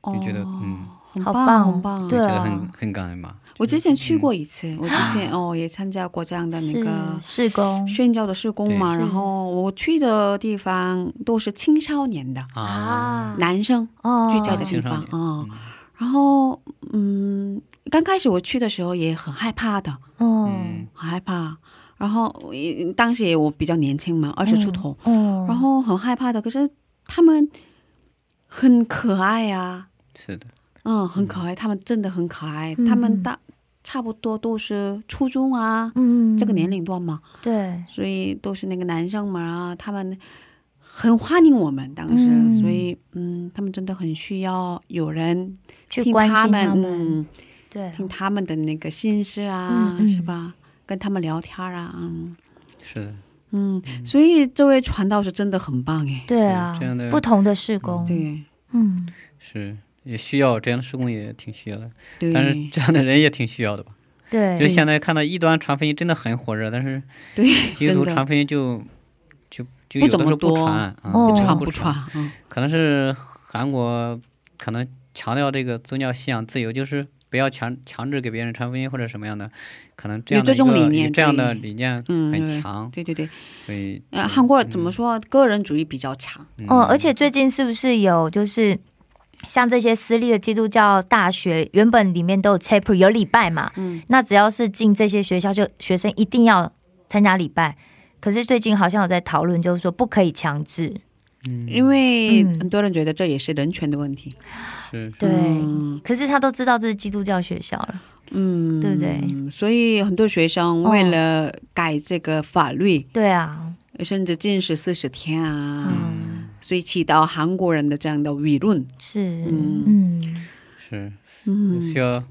Speaker 9: 就觉得嗯，
Speaker 7: 很
Speaker 8: 好
Speaker 7: 棒，
Speaker 8: 棒
Speaker 7: 很棒。
Speaker 8: 对
Speaker 9: 觉
Speaker 8: 啊
Speaker 9: 得很很感恩嘛。
Speaker 7: 我之前去过一次，我之
Speaker 8: (laughs)
Speaker 7: 前哦也参加过这样的那个
Speaker 8: 是是工
Speaker 7: 宣教的施工嘛，
Speaker 8: 对
Speaker 7: 然后我去的地方都是青少年的
Speaker 9: 啊，
Speaker 7: 男生
Speaker 8: 哦
Speaker 7: 聚在的
Speaker 9: 啊
Speaker 7: 地
Speaker 9: 青少
Speaker 7: 方
Speaker 9: 年
Speaker 7: 啊、嗯然后嗯，刚开始我去的时候也很害怕的，
Speaker 8: 哦
Speaker 9: 嗯，
Speaker 7: 很害怕。然后我也当时也我比较年轻嘛，二十出头，
Speaker 8: 哦，
Speaker 7: 然后很害怕的。可是他们很可爱啊呀、
Speaker 9: 是的。
Speaker 7: 嗯，很可爱，他们真的很可爱，
Speaker 8: 嗯
Speaker 7: 他们大差不多都是初中啊、
Speaker 8: 嗯
Speaker 7: 这个年龄段嘛，
Speaker 8: 对
Speaker 7: 所以都是那个男生嘛，然后他们很欢迎我们当时，
Speaker 8: 嗯
Speaker 7: 所以嗯，他们真的很需要有人
Speaker 8: 去
Speaker 7: 听
Speaker 8: 关
Speaker 7: 他
Speaker 8: 心
Speaker 7: 们，
Speaker 8: 他们，
Speaker 7: 嗯，
Speaker 8: 对
Speaker 7: 听他们的那个心事啊，
Speaker 8: 嗯嗯
Speaker 7: 是吧？跟他们聊天啊，嗯
Speaker 9: 是的，
Speaker 7: 嗯，所以这位传道是真的很棒哎，
Speaker 8: 对啊
Speaker 9: 是这样的
Speaker 8: 不同的施工，
Speaker 7: 对
Speaker 8: 嗯
Speaker 9: 是也需要这样的施工也挺需要的，
Speaker 7: 对，哎
Speaker 9: 但是这样的人也挺需要的吧？
Speaker 8: 对，
Speaker 9: 就是现在看到异端传福音真的很火热，但是 (laughs)
Speaker 7: 对
Speaker 9: 基督
Speaker 7: 真
Speaker 9: 徒
Speaker 7: 的
Speaker 9: 传福音就就就
Speaker 7: 不
Speaker 9: 有
Speaker 7: 怎
Speaker 9: 的
Speaker 7: 么
Speaker 9: 时候
Speaker 7: 多
Speaker 9: 不传，嗯
Speaker 8: 哦
Speaker 9: 有
Speaker 7: 不
Speaker 9: 的时候
Speaker 7: 传
Speaker 9: 不
Speaker 7: 不传，，嗯
Speaker 9: 可能是韩国可能强调这个宗教信仰自由，就是不要强强制给别人传福音或者什么样的，可能这
Speaker 7: 有
Speaker 9: 样的
Speaker 7: 这
Speaker 9: 一
Speaker 7: 种
Speaker 9: 个
Speaker 7: 理
Speaker 9: 有
Speaker 7: 念
Speaker 9: 这样
Speaker 7: 对
Speaker 9: 的理念
Speaker 7: 嗯，
Speaker 9: 很
Speaker 7: 对
Speaker 9: 强，
Speaker 7: 对对对。
Speaker 9: 所以嗯
Speaker 7: 呃，
Speaker 9: 挺
Speaker 7: 韩国怎么说？个人主义比较强。
Speaker 8: 哦，而且最近是不是有就是像这些私立的基督教大学，原本里面都有 chapel 有礼拜嘛，
Speaker 7: 嗯，
Speaker 8: 那只要是进这些学校就，学生一定要参加礼拜。可是最近好像有在讨论，就是说不可以强制，
Speaker 7: 因为
Speaker 8: 嗯
Speaker 7: 很多人觉得这也是人权的问题。
Speaker 9: 是
Speaker 8: 对。
Speaker 7: 嗯
Speaker 8: 可是他都知道这是基督教学校了，
Speaker 7: 嗯，
Speaker 8: 对不对？
Speaker 7: 所以很多学生为
Speaker 8: 哦
Speaker 7: 了改这个法律，
Speaker 8: 对啊，
Speaker 7: 甚至禁食四十天啊，
Speaker 8: 嗯，
Speaker 7: 所以起到韩国人的这样的舆论。
Speaker 8: 是，
Speaker 7: 嗯
Speaker 8: 嗯，
Speaker 9: 是
Speaker 7: 嗯
Speaker 9: 需要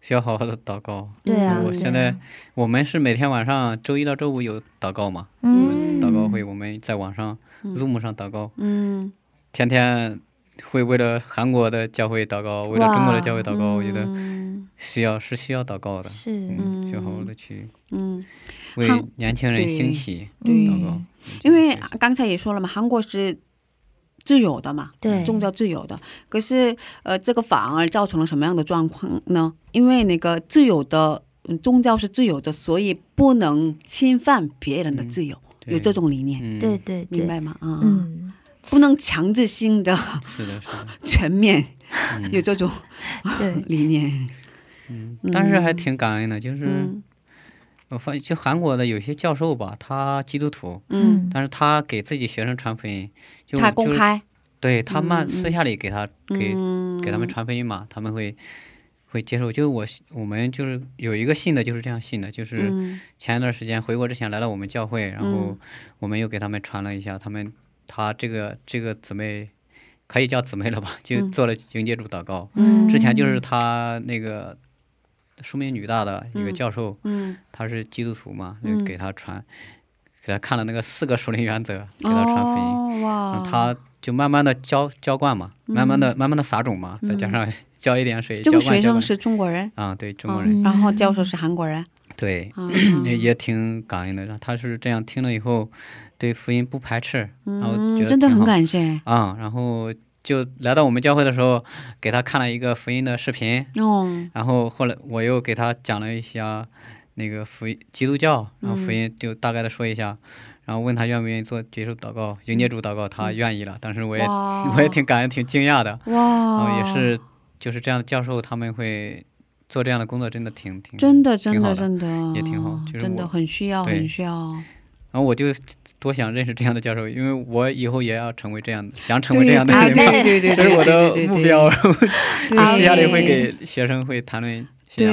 Speaker 9: 需要好好的祷告。
Speaker 8: 对啊，
Speaker 9: 我
Speaker 8: 对啊
Speaker 9: 现在我们是每天晚上周一到周五有祷告嘛，
Speaker 8: 嗯
Speaker 9: 祷告会我们在网上 Zoom 上祷告，
Speaker 7: 嗯，
Speaker 9: 天天会为了韩国的教会祷告，为了中国的教会祷告，我觉得
Speaker 7: 嗯
Speaker 9: 需要是需要祷告的，
Speaker 8: 是
Speaker 9: 嗯，需要好好的去
Speaker 7: 嗯，
Speaker 9: 为
Speaker 7: 韩
Speaker 9: 年轻人兴起
Speaker 7: 对
Speaker 9: 祷告，
Speaker 7: 因为刚才也说了嘛，韩国是自由的嘛，
Speaker 9: 嗯
Speaker 8: 对
Speaker 7: 宗教自由的。可是呃，这个反而造成了什么样的状况呢？因为那个自由的嗯宗教是自由的，所以不能侵犯别人的自由，
Speaker 9: 嗯对
Speaker 7: 有这种理念，
Speaker 9: 嗯，
Speaker 8: 对对
Speaker 7: 明
Speaker 8: 对，
Speaker 7: 白吗？啊、
Speaker 8: 嗯，
Speaker 7: 不能强制性的
Speaker 9: 是的，是的，
Speaker 7: (laughs) 全面
Speaker 9: 嗯
Speaker 7: 有这种
Speaker 8: 对，
Speaker 7: 理念。
Speaker 9: 嗯，但是还挺感恩的， (laughs) 就是
Speaker 7: 嗯
Speaker 9: 我发现就韩国的有些教授吧，他基督徒，
Speaker 7: 嗯，
Speaker 9: 但是他给自己学生传福音，就
Speaker 7: 他公
Speaker 9: 就
Speaker 7: 开，
Speaker 9: 对他
Speaker 7: 嗯
Speaker 9: 们
Speaker 7: 嗯
Speaker 9: 私下里给他给
Speaker 7: 嗯，
Speaker 9: 给他们传福音嘛，他们会会接受。就是我我们就是有一个信的，就是这样信的，就是
Speaker 7: 嗯
Speaker 9: 前一段时间回国之前来到我们教会，然后我们又给他们传了一下，他们他这个这个姊妹可以叫姊妹了吧，就
Speaker 7: 嗯
Speaker 9: 做了迎接主祷告。
Speaker 7: 嗯
Speaker 9: 之前就是他那个书明女大的一个教授，
Speaker 7: 嗯
Speaker 9: 他是基督徒嘛，
Speaker 7: 嗯
Speaker 9: 就给他传，给他看了那个四个属灵原则，给他传福音。
Speaker 7: 哦
Speaker 9: 然
Speaker 7: 哇，
Speaker 9: 后他就慢慢的浇浇灌嘛，慢慢的、慢慢的撒种嘛，再加上 (laughs) 浇一点水，
Speaker 7: 这
Speaker 9: 浇
Speaker 7: 个
Speaker 9: 灌
Speaker 7: 学
Speaker 9: 浇
Speaker 7: 生
Speaker 9: 灌
Speaker 7: 是嗯中国人，
Speaker 9: 啊，对中国
Speaker 7: 哦
Speaker 9: 人，嗯
Speaker 7: 然后教授是韩国人，
Speaker 9: 对，
Speaker 7: 啊
Speaker 9: 也也挺感恩的。然后他是这样听了以后，对福音不排斥，然后
Speaker 7: 嗯
Speaker 9: 觉得
Speaker 7: 真的
Speaker 9: 挺
Speaker 7: 很
Speaker 9: 好
Speaker 7: 感谢
Speaker 9: 啊、然后就来到我们教会的时候，给他看了一个福音的视频，
Speaker 7: 哦，
Speaker 9: 然后后来我又给他讲了一下那个福音基督教，然后
Speaker 7: 嗯
Speaker 9: 福音就大概的说一下，然后问他愿不愿意做接受祷告，迎接主祷告，他愿意了。当时我也
Speaker 7: 嗯哇
Speaker 9: 我也挺感恩，挺惊讶的。然后
Speaker 7: 哇，
Speaker 9: 呃也是就是这样的教授，他们会做这样的工作，真的挺挺
Speaker 7: 真的真
Speaker 9: 挺
Speaker 7: 的
Speaker 9: 好的
Speaker 7: 真的
Speaker 9: 也挺好就是
Speaker 7: 真的
Speaker 9: 我
Speaker 7: 很需要
Speaker 9: 对
Speaker 7: 很需要，
Speaker 9: 然后我就多想认识这样的教授，因为我以后也要成为这样的，想成为这
Speaker 7: 对
Speaker 9: 样的
Speaker 7: 啊
Speaker 9: 人。
Speaker 7: 对对对，
Speaker 9: 这是我的
Speaker 7: 对对对
Speaker 9: 目标，
Speaker 7: 对
Speaker 9: 就私下里会给学生会谈论信仰，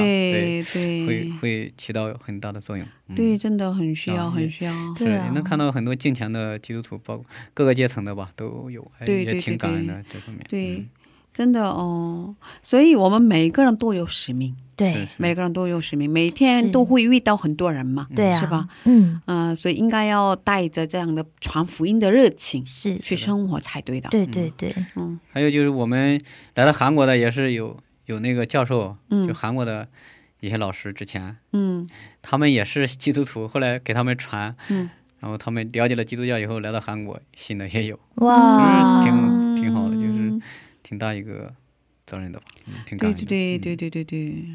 Speaker 7: 对
Speaker 9: 对，
Speaker 7: 对
Speaker 9: 会嗯会起到很大的作用。嗯、
Speaker 7: 对，真的很需要
Speaker 9: 啊
Speaker 7: 很
Speaker 9: 也
Speaker 7: 需要，
Speaker 9: 是
Speaker 8: 对啊
Speaker 9: 也能看到很多敬虔的基督徒，包括各个阶层的吧，都有，哎
Speaker 7: 对对
Speaker 9: 也挺
Speaker 7: 对
Speaker 9: 感恩
Speaker 7: 对
Speaker 9: 的这方面。
Speaker 7: 对，真的哦，所以我们每个人都有使命，
Speaker 8: 对
Speaker 9: 是
Speaker 7: 每个人都有使命，每天
Speaker 8: 是
Speaker 7: 都会遇到很多人嘛，
Speaker 8: 对啊，
Speaker 7: 是吧？？
Speaker 8: 嗯，
Speaker 7: 嗯、所以应该要带着这样的传福音的热情
Speaker 8: 是，
Speaker 7: 去生活才对的。
Speaker 8: 对对对，
Speaker 7: 嗯
Speaker 9: 还有就是我们来到韩国的也是有有那个教授，就
Speaker 7: 嗯
Speaker 9: 韩国的一些老师之前
Speaker 7: 嗯
Speaker 9: 他们也是基督徒，后来给他们传，
Speaker 7: 嗯
Speaker 9: 然后他们了解了基督教以后来到韩国，信的也有，
Speaker 7: 啊
Speaker 8: 哇，
Speaker 9: 嗯挺挺好的，就是挺大一个责任的吧，嗯、挺感
Speaker 7: 嗯对
Speaker 9: 恩的。
Speaker 7: 对
Speaker 9: 嗯
Speaker 7: 对对对对对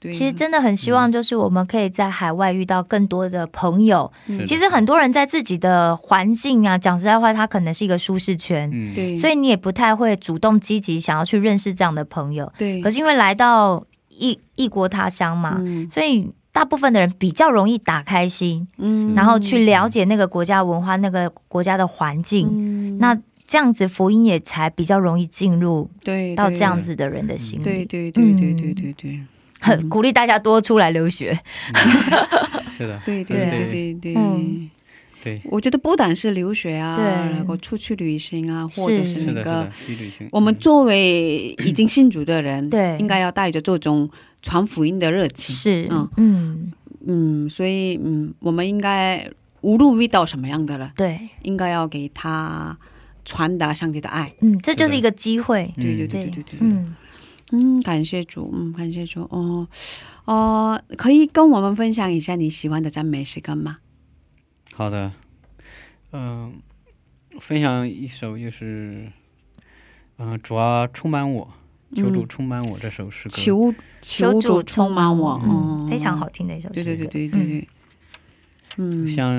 Speaker 7: 对。
Speaker 8: 其实真的很希望，就是我们可以在海外遇到更多的朋友。
Speaker 9: 是的
Speaker 8: 其实很多人在自己的环境啊，讲实在话，他可能是一个舒适圈，
Speaker 9: 嗯，
Speaker 7: 对，
Speaker 8: 所
Speaker 7: 以
Speaker 8: 以你也不太会主动积极想要去认识这样的朋友。
Speaker 7: 对，
Speaker 8: 可
Speaker 7: 是
Speaker 8: 是啊因为来到异异国他乡嘛，
Speaker 7: 嗯
Speaker 8: 所以大部分的人比较容易打开心，
Speaker 7: 嗯
Speaker 8: 然后去了解那个国家文化、那个国家的环境。
Speaker 7: 嗯
Speaker 8: 那这样子福音也才比较容易进入
Speaker 7: 对
Speaker 8: 到
Speaker 7: 对
Speaker 8: 这样子的嗯人的心里。
Speaker 7: 对嗯对对对对对对
Speaker 8: 很鼓励大家多出来留学。
Speaker 7: 嗯
Speaker 9: 是的，
Speaker 7: 对对
Speaker 9: 对
Speaker 7: 对对对。
Speaker 8: 嗯
Speaker 9: 对，
Speaker 7: 我觉得不但是留学啊，
Speaker 8: 对
Speaker 7: 然后出去旅行啊，或者
Speaker 8: 是
Speaker 7: 是
Speaker 9: 是
Speaker 7: 那
Speaker 9: 的，
Speaker 7: 个
Speaker 9: 是的，去旅行。
Speaker 7: 我们
Speaker 9: 嗯
Speaker 7: 作为已经信主的人，
Speaker 8: 对
Speaker 7: 应该要带着这种传福音的热情。
Speaker 8: 是，
Speaker 7: 嗯
Speaker 8: 嗯嗯，
Speaker 7: 嗯，所以嗯，我们应该无论遇到什么样的人，
Speaker 8: 对，
Speaker 7: 应该要给他传达上帝的爱。
Speaker 8: 嗯，这就是
Speaker 9: 的
Speaker 8: 一个机会。
Speaker 7: 对
Speaker 9: 嗯
Speaker 7: 对对
Speaker 8: 对
Speaker 7: 对对对。
Speaker 8: 嗯，
Speaker 7: 嗯，感谢主，嗯，感谢主。哦，哦，可以跟我们分享一下你喜欢的赞美诗歌吗？
Speaker 9: 好的，嗯、分享一首就是，嗯、主啊，充满我，求主充满我这首诗歌。
Speaker 7: 嗯求求主充满我，
Speaker 8: 嗯
Speaker 7: 哦，
Speaker 8: 非常。好听的一首诗歌。
Speaker 7: 对对对对对对。嗯，
Speaker 9: 像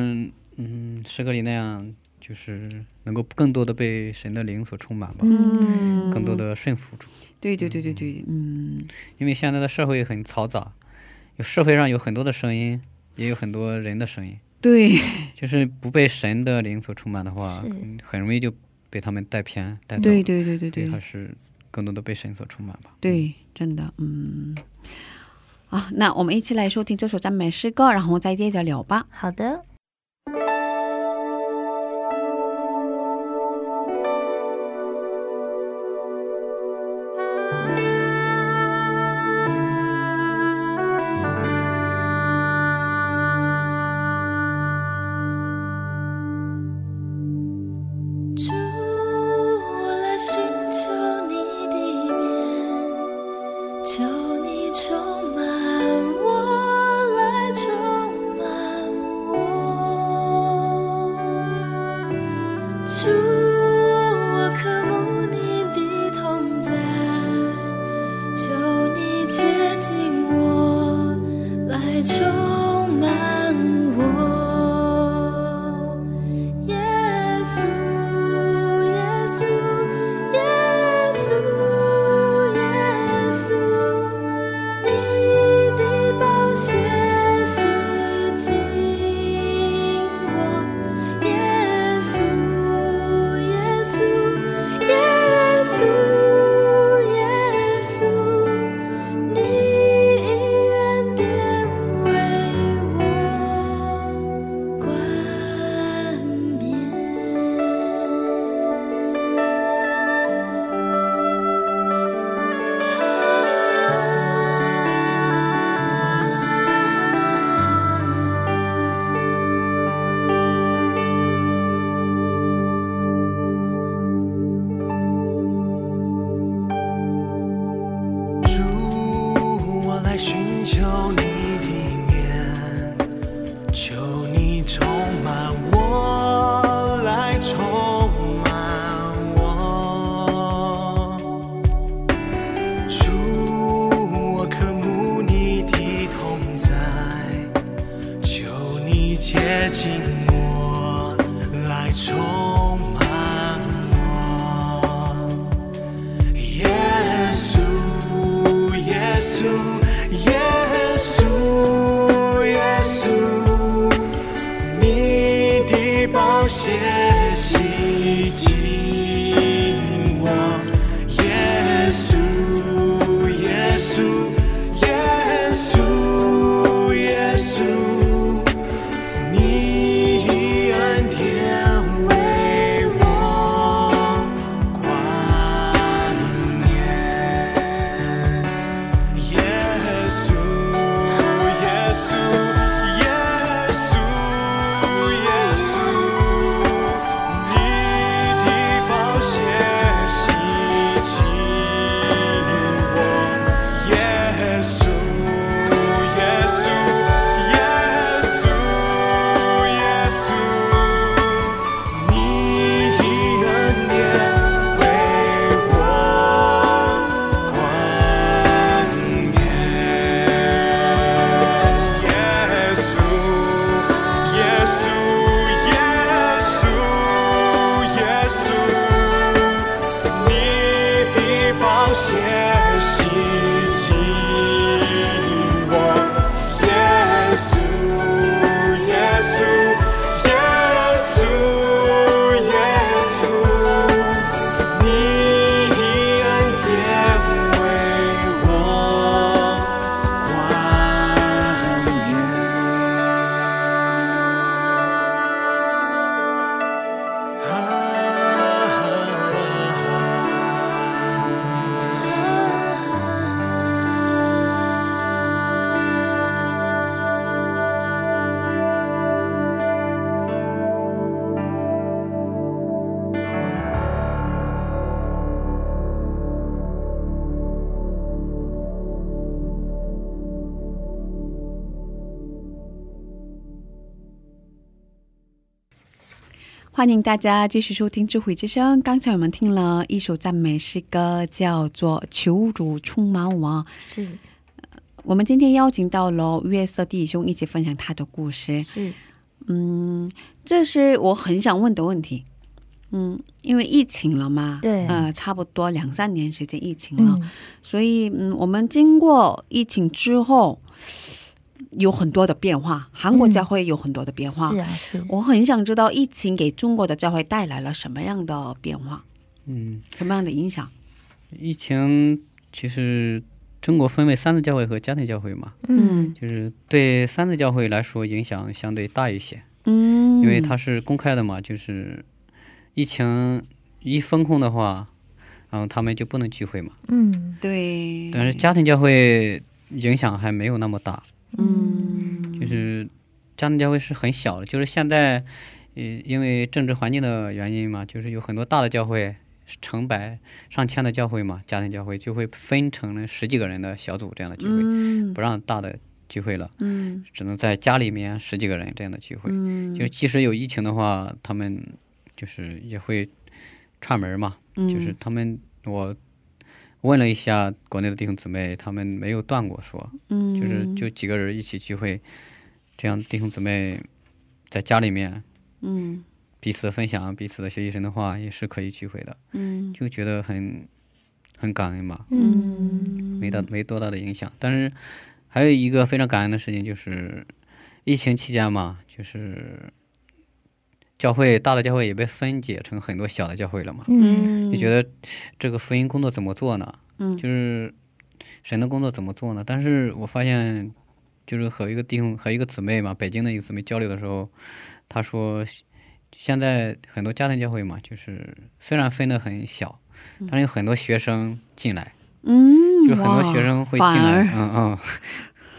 Speaker 9: 嗯诗歌里那样，就是能够更多的被神的灵所充满吧，
Speaker 7: 嗯，
Speaker 9: 更多的顺服主。
Speaker 7: 对对对对对，嗯，
Speaker 9: 因为现在的社会很嘈杂，有社会上有很多的声音，也有很多人的声音，
Speaker 7: 对，
Speaker 9: 就是不被神的灵所充满的话
Speaker 8: 是，
Speaker 9: 嗯很容易就被他们带偏带走。
Speaker 7: 对对对对对
Speaker 9: 所以还是更多的被神所充满吧。
Speaker 7: 对，真的，嗯。啊，那我们一起来收听这首赞美诗歌，然后再接着聊吧。
Speaker 8: 好的。
Speaker 1: 主，我渴慕你的同在，求你接近我，来充满我。耶稣，耶稣，耶稣，耶稣，你的宝血洗净我。耶稣，耶稣，耶稣，耶稣，你以恩典为我。冠冕。
Speaker 4: 主，我来寻求你的面，求你充满我，来充满我。主，我渴慕你的同在，求你接近我，来充满我。耶稣，耶稣，耶稣，耶稣，你的宝血洗净我。耶稣，耶稣，耶稣，耶稣。你以恩典为我冠冕，耶稣，耶稣，耶稣，耶稣，你的宝血洗净我，耶稣，耶稣，耶稣。耶稣，你以恩典为我冠冕。耶稣，耶稣，耶稣，耶稣，你的宝血洗净我。耶稣，耶稣，耶稣，耶稣，你以恩典为我冠冕。
Speaker 7: 欢迎大家继续收听《智慧之声》。刚才我们听了一首赞美诗歌，叫做《求主充满我》。
Speaker 8: 是
Speaker 7: 我们今天邀请到了约瑟弟兄一起分享他的故事。
Speaker 8: 是，
Speaker 7: 嗯，这是我很想问的问题。嗯，因为疫情了嘛，
Speaker 8: 对
Speaker 7: 呃，差不多两三年时间疫情了，
Speaker 8: 嗯，
Speaker 7: 所以嗯，我们经过疫情之后，有很多的变化，韩国教会有很多的变化。
Speaker 8: 嗯是啊，是。
Speaker 7: 我很想知道疫情给中国的教会带来了什么样的变化，
Speaker 9: 嗯，
Speaker 7: 什么样的影响？
Speaker 9: 疫情其实中国分为三次教会和家庭教会嘛，
Speaker 7: 嗯
Speaker 9: 就是对三次教会来说影响相对大一些，
Speaker 7: 嗯，
Speaker 9: 因为它是公开的嘛，就是疫情一封控的话，然后他们就不能聚会嘛。
Speaker 8: 嗯
Speaker 7: 对，
Speaker 9: 但是家庭教会影响还没有那么大，
Speaker 7: 嗯
Speaker 9: 就是家庭教会是很小的，就是现在，呃，因为政治环境的原因嘛，就是有很多大的教会，成百上千的教会嘛，家庭教会就会分成了十几个人的小组这样的聚会，
Speaker 7: 嗯
Speaker 9: 不让大的聚会了，
Speaker 7: 嗯
Speaker 9: 只能在家里面十几个人这样的聚会。
Speaker 7: 嗯，
Speaker 9: 就即使有疫情的话，他们就是也会串门嘛，
Speaker 7: 嗯
Speaker 9: 就是他们我问了一下国内的弟兄姊妹，他们没有断过说，
Speaker 7: 嗯，
Speaker 9: 就是就几个人一起聚会，这样弟兄姊妹在家里面
Speaker 7: 嗯
Speaker 9: 彼此分享彼此的学习神的话，也是可以聚会的，
Speaker 7: 嗯
Speaker 9: 就觉得很很感恩嘛，
Speaker 7: 嗯，
Speaker 9: 没大没多大的影响。但是还有一个非常感恩的事情就是，疫情期间嘛，就是教会大的教会也被分解成很多小的教会了嘛。
Speaker 8: 嗯
Speaker 9: 你觉得这个福音工作怎么做呢？
Speaker 7: 嗯
Speaker 9: 就是神的工作怎么做呢？但是我发现，就是和一个弟兄和一个姊妹嘛，北京的一个姊妹交流的时候，她说，现在很多家庭教会嘛，就是虽然分的很小，但是有很多学生进来，
Speaker 7: 嗯，
Speaker 9: 就是很多学生会进来，
Speaker 7: 哇
Speaker 9: 嗯嗯，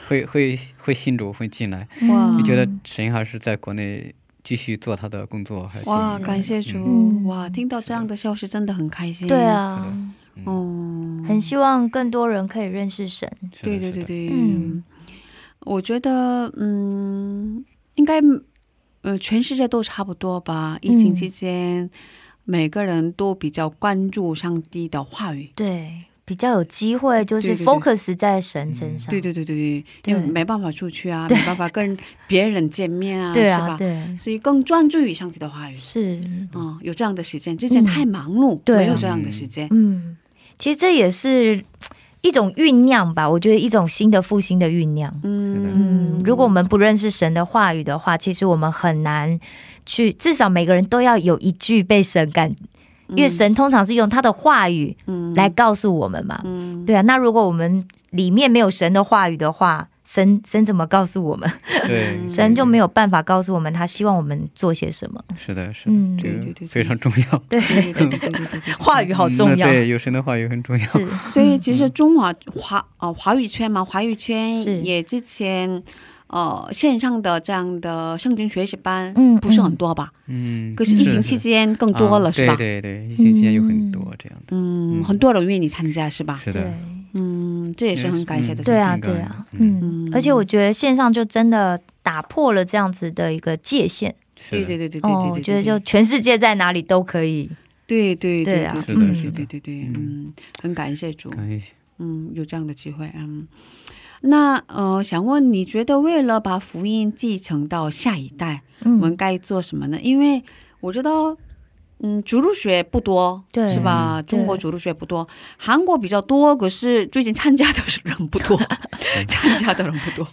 Speaker 9: 会会会信主会进来，
Speaker 7: 哇
Speaker 8: 嗯
Speaker 9: 就觉
Speaker 7: 嗯
Speaker 9: 得神还是在国内继续做他的工作，还是
Speaker 7: 哇，感谢主、
Speaker 8: 嗯
Speaker 7: 哇！听到这样的消息真的很开心。
Speaker 8: 对，啊，
Speaker 7: 嗯，
Speaker 8: 很希望更多人可以认识神。
Speaker 9: 是的
Speaker 7: 对对
Speaker 9: 是
Speaker 7: 对
Speaker 9: 的
Speaker 7: 对，
Speaker 8: 嗯
Speaker 7: 我觉得嗯，应该呃，全世界都差不多
Speaker 8: 嗯
Speaker 7: 吧。疫情期间，每个人都比较关注上帝的话语。
Speaker 8: 对，比较有机会就是
Speaker 7: 对对对
Speaker 8: focus 在神身上。
Speaker 7: 对对对对对，
Speaker 8: 啊对
Speaker 7: 因为没办法出去啊，没办法跟别人见面啊，
Speaker 8: 对
Speaker 7: 是
Speaker 8: 啊，
Speaker 7: 吧？
Speaker 8: 对，
Speaker 7: 所以更专注于上帝的话语。
Speaker 8: 是，
Speaker 7: 嗯，有这样的时间，之前太忙碌，
Speaker 8: 对
Speaker 7: 没
Speaker 8: 啊
Speaker 7: 有这样的时间。
Speaker 8: 嗯，其实这也是一种酝酿吧，我觉得一种新的复兴的酝酿。嗯，如果我们不认识神的话语的话，其实我们很难去，至少每个人都要有一句被神感，因为神通常是用他的话语
Speaker 7: 嗯
Speaker 8: 来告诉我们嘛。
Speaker 7: 嗯，
Speaker 8: 对啊，那如果我们里面没有神的话语的话，神神怎么告诉我们？
Speaker 7: 嗯
Speaker 9: 对，
Speaker 8: 神就没有办法告诉我们他希望我们做些什么。
Speaker 9: 是的，是的，
Speaker 8: 嗯，
Speaker 9: 这
Speaker 7: 对对
Speaker 9: 个
Speaker 7: 对
Speaker 9: 非常重要。
Speaker 8: 对，
Speaker 7: 对对对对对对对对。
Speaker 8: 话语好重
Speaker 9: 嗯
Speaker 8: 要。
Speaker 9: 那对，有神的话语很重要。
Speaker 8: 是，
Speaker 7: (laughs) 所以其实中华华呃华语圈嘛，华语
Speaker 8: 是
Speaker 7: 圈也之前呃线上的这样的圣经学习班，
Speaker 8: 嗯
Speaker 7: 不是很多吧？
Speaker 9: 嗯，
Speaker 7: 可是疫情
Speaker 9: 的
Speaker 7: 期间更多了，
Speaker 9: 啊
Speaker 7: 是吧？
Speaker 9: 对对对，疫情期间有很多这样的。
Speaker 7: 嗯，
Speaker 9: 嗯
Speaker 7: 很多人愿意参加，是吧？
Speaker 9: 是
Speaker 8: 对
Speaker 9: 的，。
Speaker 7: 嗯，这也是很感谢的事情。
Speaker 8: 对啊，
Speaker 9: 挺感
Speaker 8: 对
Speaker 9: 人
Speaker 8: 啊，
Speaker 9: 的
Speaker 8: 嗯
Speaker 7: 嗯，
Speaker 8: 而且我觉得线上就真的打破了这样子的一个界限。
Speaker 9: 是
Speaker 7: 对
Speaker 9: 的，
Speaker 7: 对对对对对
Speaker 8: 哦，
Speaker 7: 对，
Speaker 8: 我觉得就
Speaker 7: 对
Speaker 8: 全世界在哪里都可以。
Speaker 7: 对对
Speaker 8: 对
Speaker 7: 对
Speaker 8: 啊
Speaker 7: 对
Speaker 9: 是的
Speaker 7: 对
Speaker 9: 是的
Speaker 7: 对对对，嗯，很感谢主，
Speaker 9: 感谢。
Speaker 7: 嗯，有这样的机会，嗯。那呃，想问你觉得为了把福音继承到下一代，我
Speaker 8: 嗯
Speaker 7: 们，该做什么呢？因为我知道，嗯，主路学不多，
Speaker 8: 对
Speaker 7: 是吧？
Speaker 8: 对
Speaker 7: 中国主路学不多，韩国比较多，可是最近参加的人不多，参加的人不多。